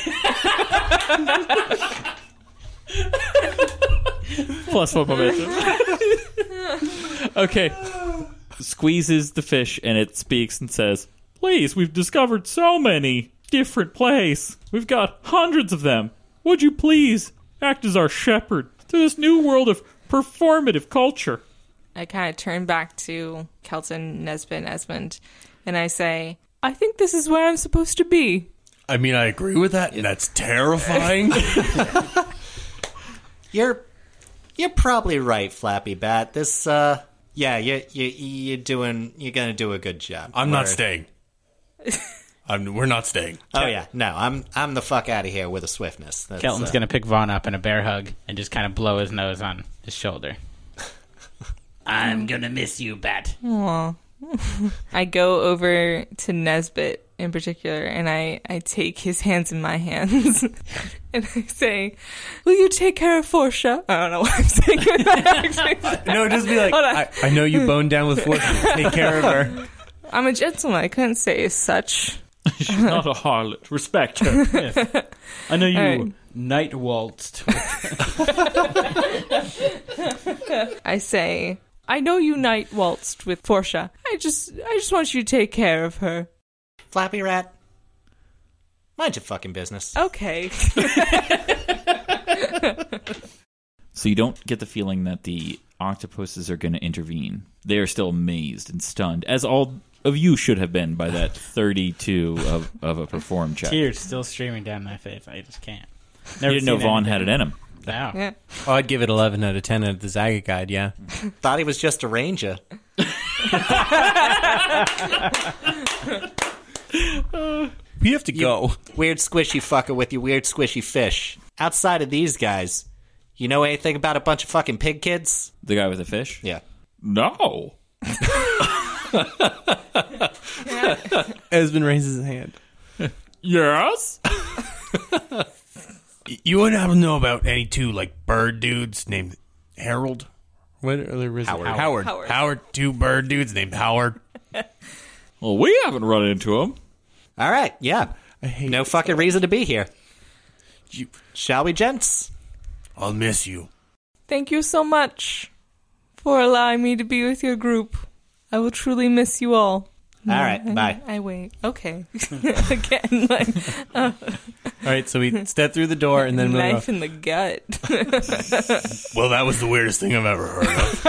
Speaker 2: Plus one momentum. okay. Squeezes the fish and it speaks and says, Please, we've discovered so many different plays. We've got hundreds of them. Would you please act as our shepherd to this new world of performative culture?
Speaker 5: I kind of turn back to Kelton, Nesbit, Esmond, and I say, I think this is where I'm supposed to be.
Speaker 4: I mean, I agree with that, and that's terrifying.
Speaker 6: You're you're probably right, Flappy Bat. This uh yeah, you you you're doing you're gonna do a good job.
Speaker 4: I'm not
Speaker 6: We're-
Speaker 4: staying. I'm, we're not staying.
Speaker 6: Oh yeah, no, I'm I'm the fuck out of here with a swiftness. That's,
Speaker 3: Kelton's
Speaker 6: uh,
Speaker 3: gonna pick Vaughn up in a bear hug and just kind of blow his nose on his shoulder.
Speaker 7: I'm gonna miss you, Bat.
Speaker 5: Aw. I go over to Nesbit in particular, and I, I take his hands in my hands, and I say, "Will you take care of Forsha?" I don't know what I'm saying. with that accent.
Speaker 4: No, just be like,
Speaker 5: Hold on.
Speaker 4: I, I know you boned down with Fortune. Take care of her.
Speaker 5: I'm a gentleman. I couldn't say as such.
Speaker 2: She's not a harlot. Respect her.
Speaker 3: I know you
Speaker 5: Alright.
Speaker 3: night waltzed.
Speaker 5: I say, "I know you night waltzed with Forsha. I just I just want you to take care of her."
Speaker 6: Flappy Rat. Mind your fucking business.
Speaker 5: Okay.
Speaker 2: So you don't get the feeling that the octopuses are going to intervene. They are still amazed and stunned, as all of you should have been by that 32 of, of a perform check.
Speaker 3: Tears still streaming down my face. I just can't.
Speaker 2: You didn't know Vaughn had it in him.
Speaker 3: Wow.
Speaker 5: Yeah.
Speaker 4: Oh, I'd give it 11 out of 10 out of the Zaga Guide, yeah.
Speaker 6: Thought he was just a ranger.
Speaker 4: We have to go.
Speaker 6: Weird squishy fucker with your weird squishy fish. Outside of these guys, you know anything about a bunch of fucking pig kids?
Speaker 2: The guy with the fish?
Speaker 6: Yeah.
Speaker 2: No.
Speaker 4: Esmond raises his hand.
Speaker 2: Yes?
Speaker 4: You wouldn't happen to know about any two, like, bird dudes named Harold? What are there was Howard. Howard.
Speaker 5: Howard.
Speaker 4: Two bird dudes named Howard.
Speaker 2: Well, we haven't run into him.
Speaker 6: All right, yeah.
Speaker 4: I hate
Speaker 6: No fucking reason to be here.
Speaker 4: you.
Speaker 6: Shall we, gents?
Speaker 4: I'll miss you.
Speaker 5: Thank you so much for allowing me to be with your group. I will truly miss you all.
Speaker 6: All right, bye.
Speaker 5: I wait. Okay. Again, like
Speaker 4: All right, so we step through the door and then move
Speaker 5: knife in the gut.
Speaker 4: Well, that was the weirdest thing I've ever heard of.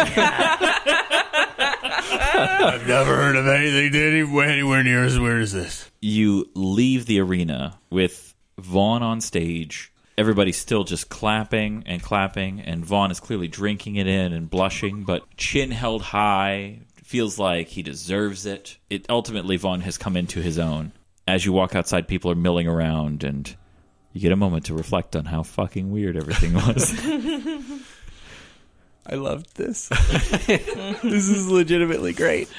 Speaker 4: I've never heard of anything anywhere, anywhere near as weird as this.
Speaker 2: You leave the arena with Vaughn on stage. Everybody's still just clapping and clapping, and Vaughn is clearly drinking it in and blushing, but chin held high, feels like he deserves it. It ultimately Vaughn has come into his own. As you walk outside, people are milling around, and you get a moment to reflect on how fucking weird everything was.
Speaker 4: I loved this. this is legitimately great.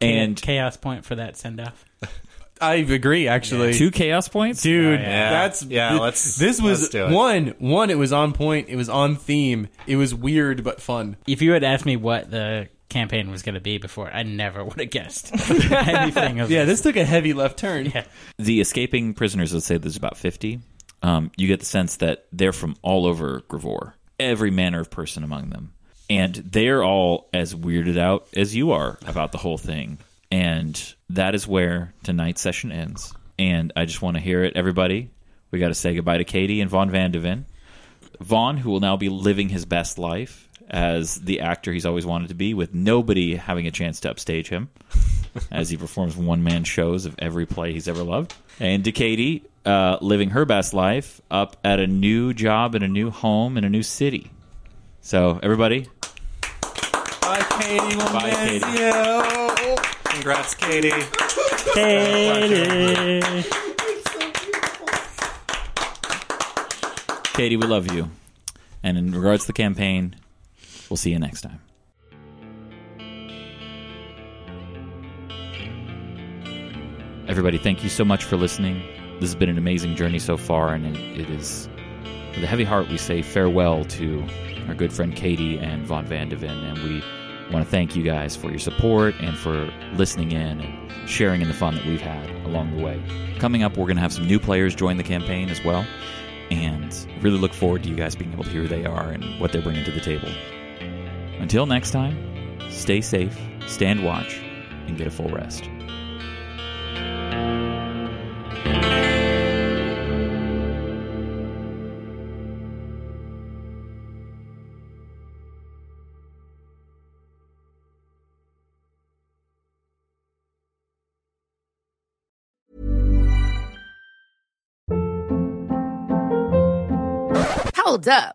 Speaker 2: and
Speaker 3: chaos point for that send off.
Speaker 4: I agree, actually.
Speaker 2: two chaos points.
Speaker 4: Dude,
Speaker 6: Yeah.
Speaker 4: that's
Speaker 6: Yeah,
Speaker 4: th-
Speaker 6: let's-
Speaker 4: This was
Speaker 6: let's do it.
Speaker 4: one one. It was on point. It was on theme. It was weird but fun.
Speaker 3: If you had asked me what the campaign was going to be before, I never would have guessed anything of
Speaker 4: Yeah, this took a heavy left turn.
Speaker 3: Yeah.
Speaker 2: the escaping prisoners, let's say there's about 50, um, you get the sense that they're from all over Gravor, every manner of person among them. And they're all as weirded out as you are about the whole thing. And that is where tonight's session ends. And I just want to hear it, everybody. We got to say goodbye to Katie and Von Vandeven. Vaughn, who will now be living his best life as the actor he's always wanted to be, with nobody having a chance to upstage him as he performs one man shows of every play he's ever loved. And to Katie, uh, living her best life up at a new job in a new home in a new city. So, everybody,
Speaker 4: Bye, Katie. We'll
Speaker 2: Bye,
Speaker 4: miss
Speaker 2: Katie.
Speaker 4: you.
Speaker 6: Congrats, Katie.
Speaker 2: Katie, we love you. And in regards to the campaign, we'll see you next time. Everybody, thank you so much for listening. This has been an amazing journey so far, and it, it is with a heavy heart we say farewell to our good friend Katie and Von Vandeven, and we I want to thank you guys for your support and for listening in and sharing in the fun that we've had along the way. Coming up, we're going to have some new players join the campaign as well, and really look forward to you guys being able to hear who they are and what they're bringing to the table. Until next time, stay safe, stand watch, and get a full rest.
Speaker 10: Hold up.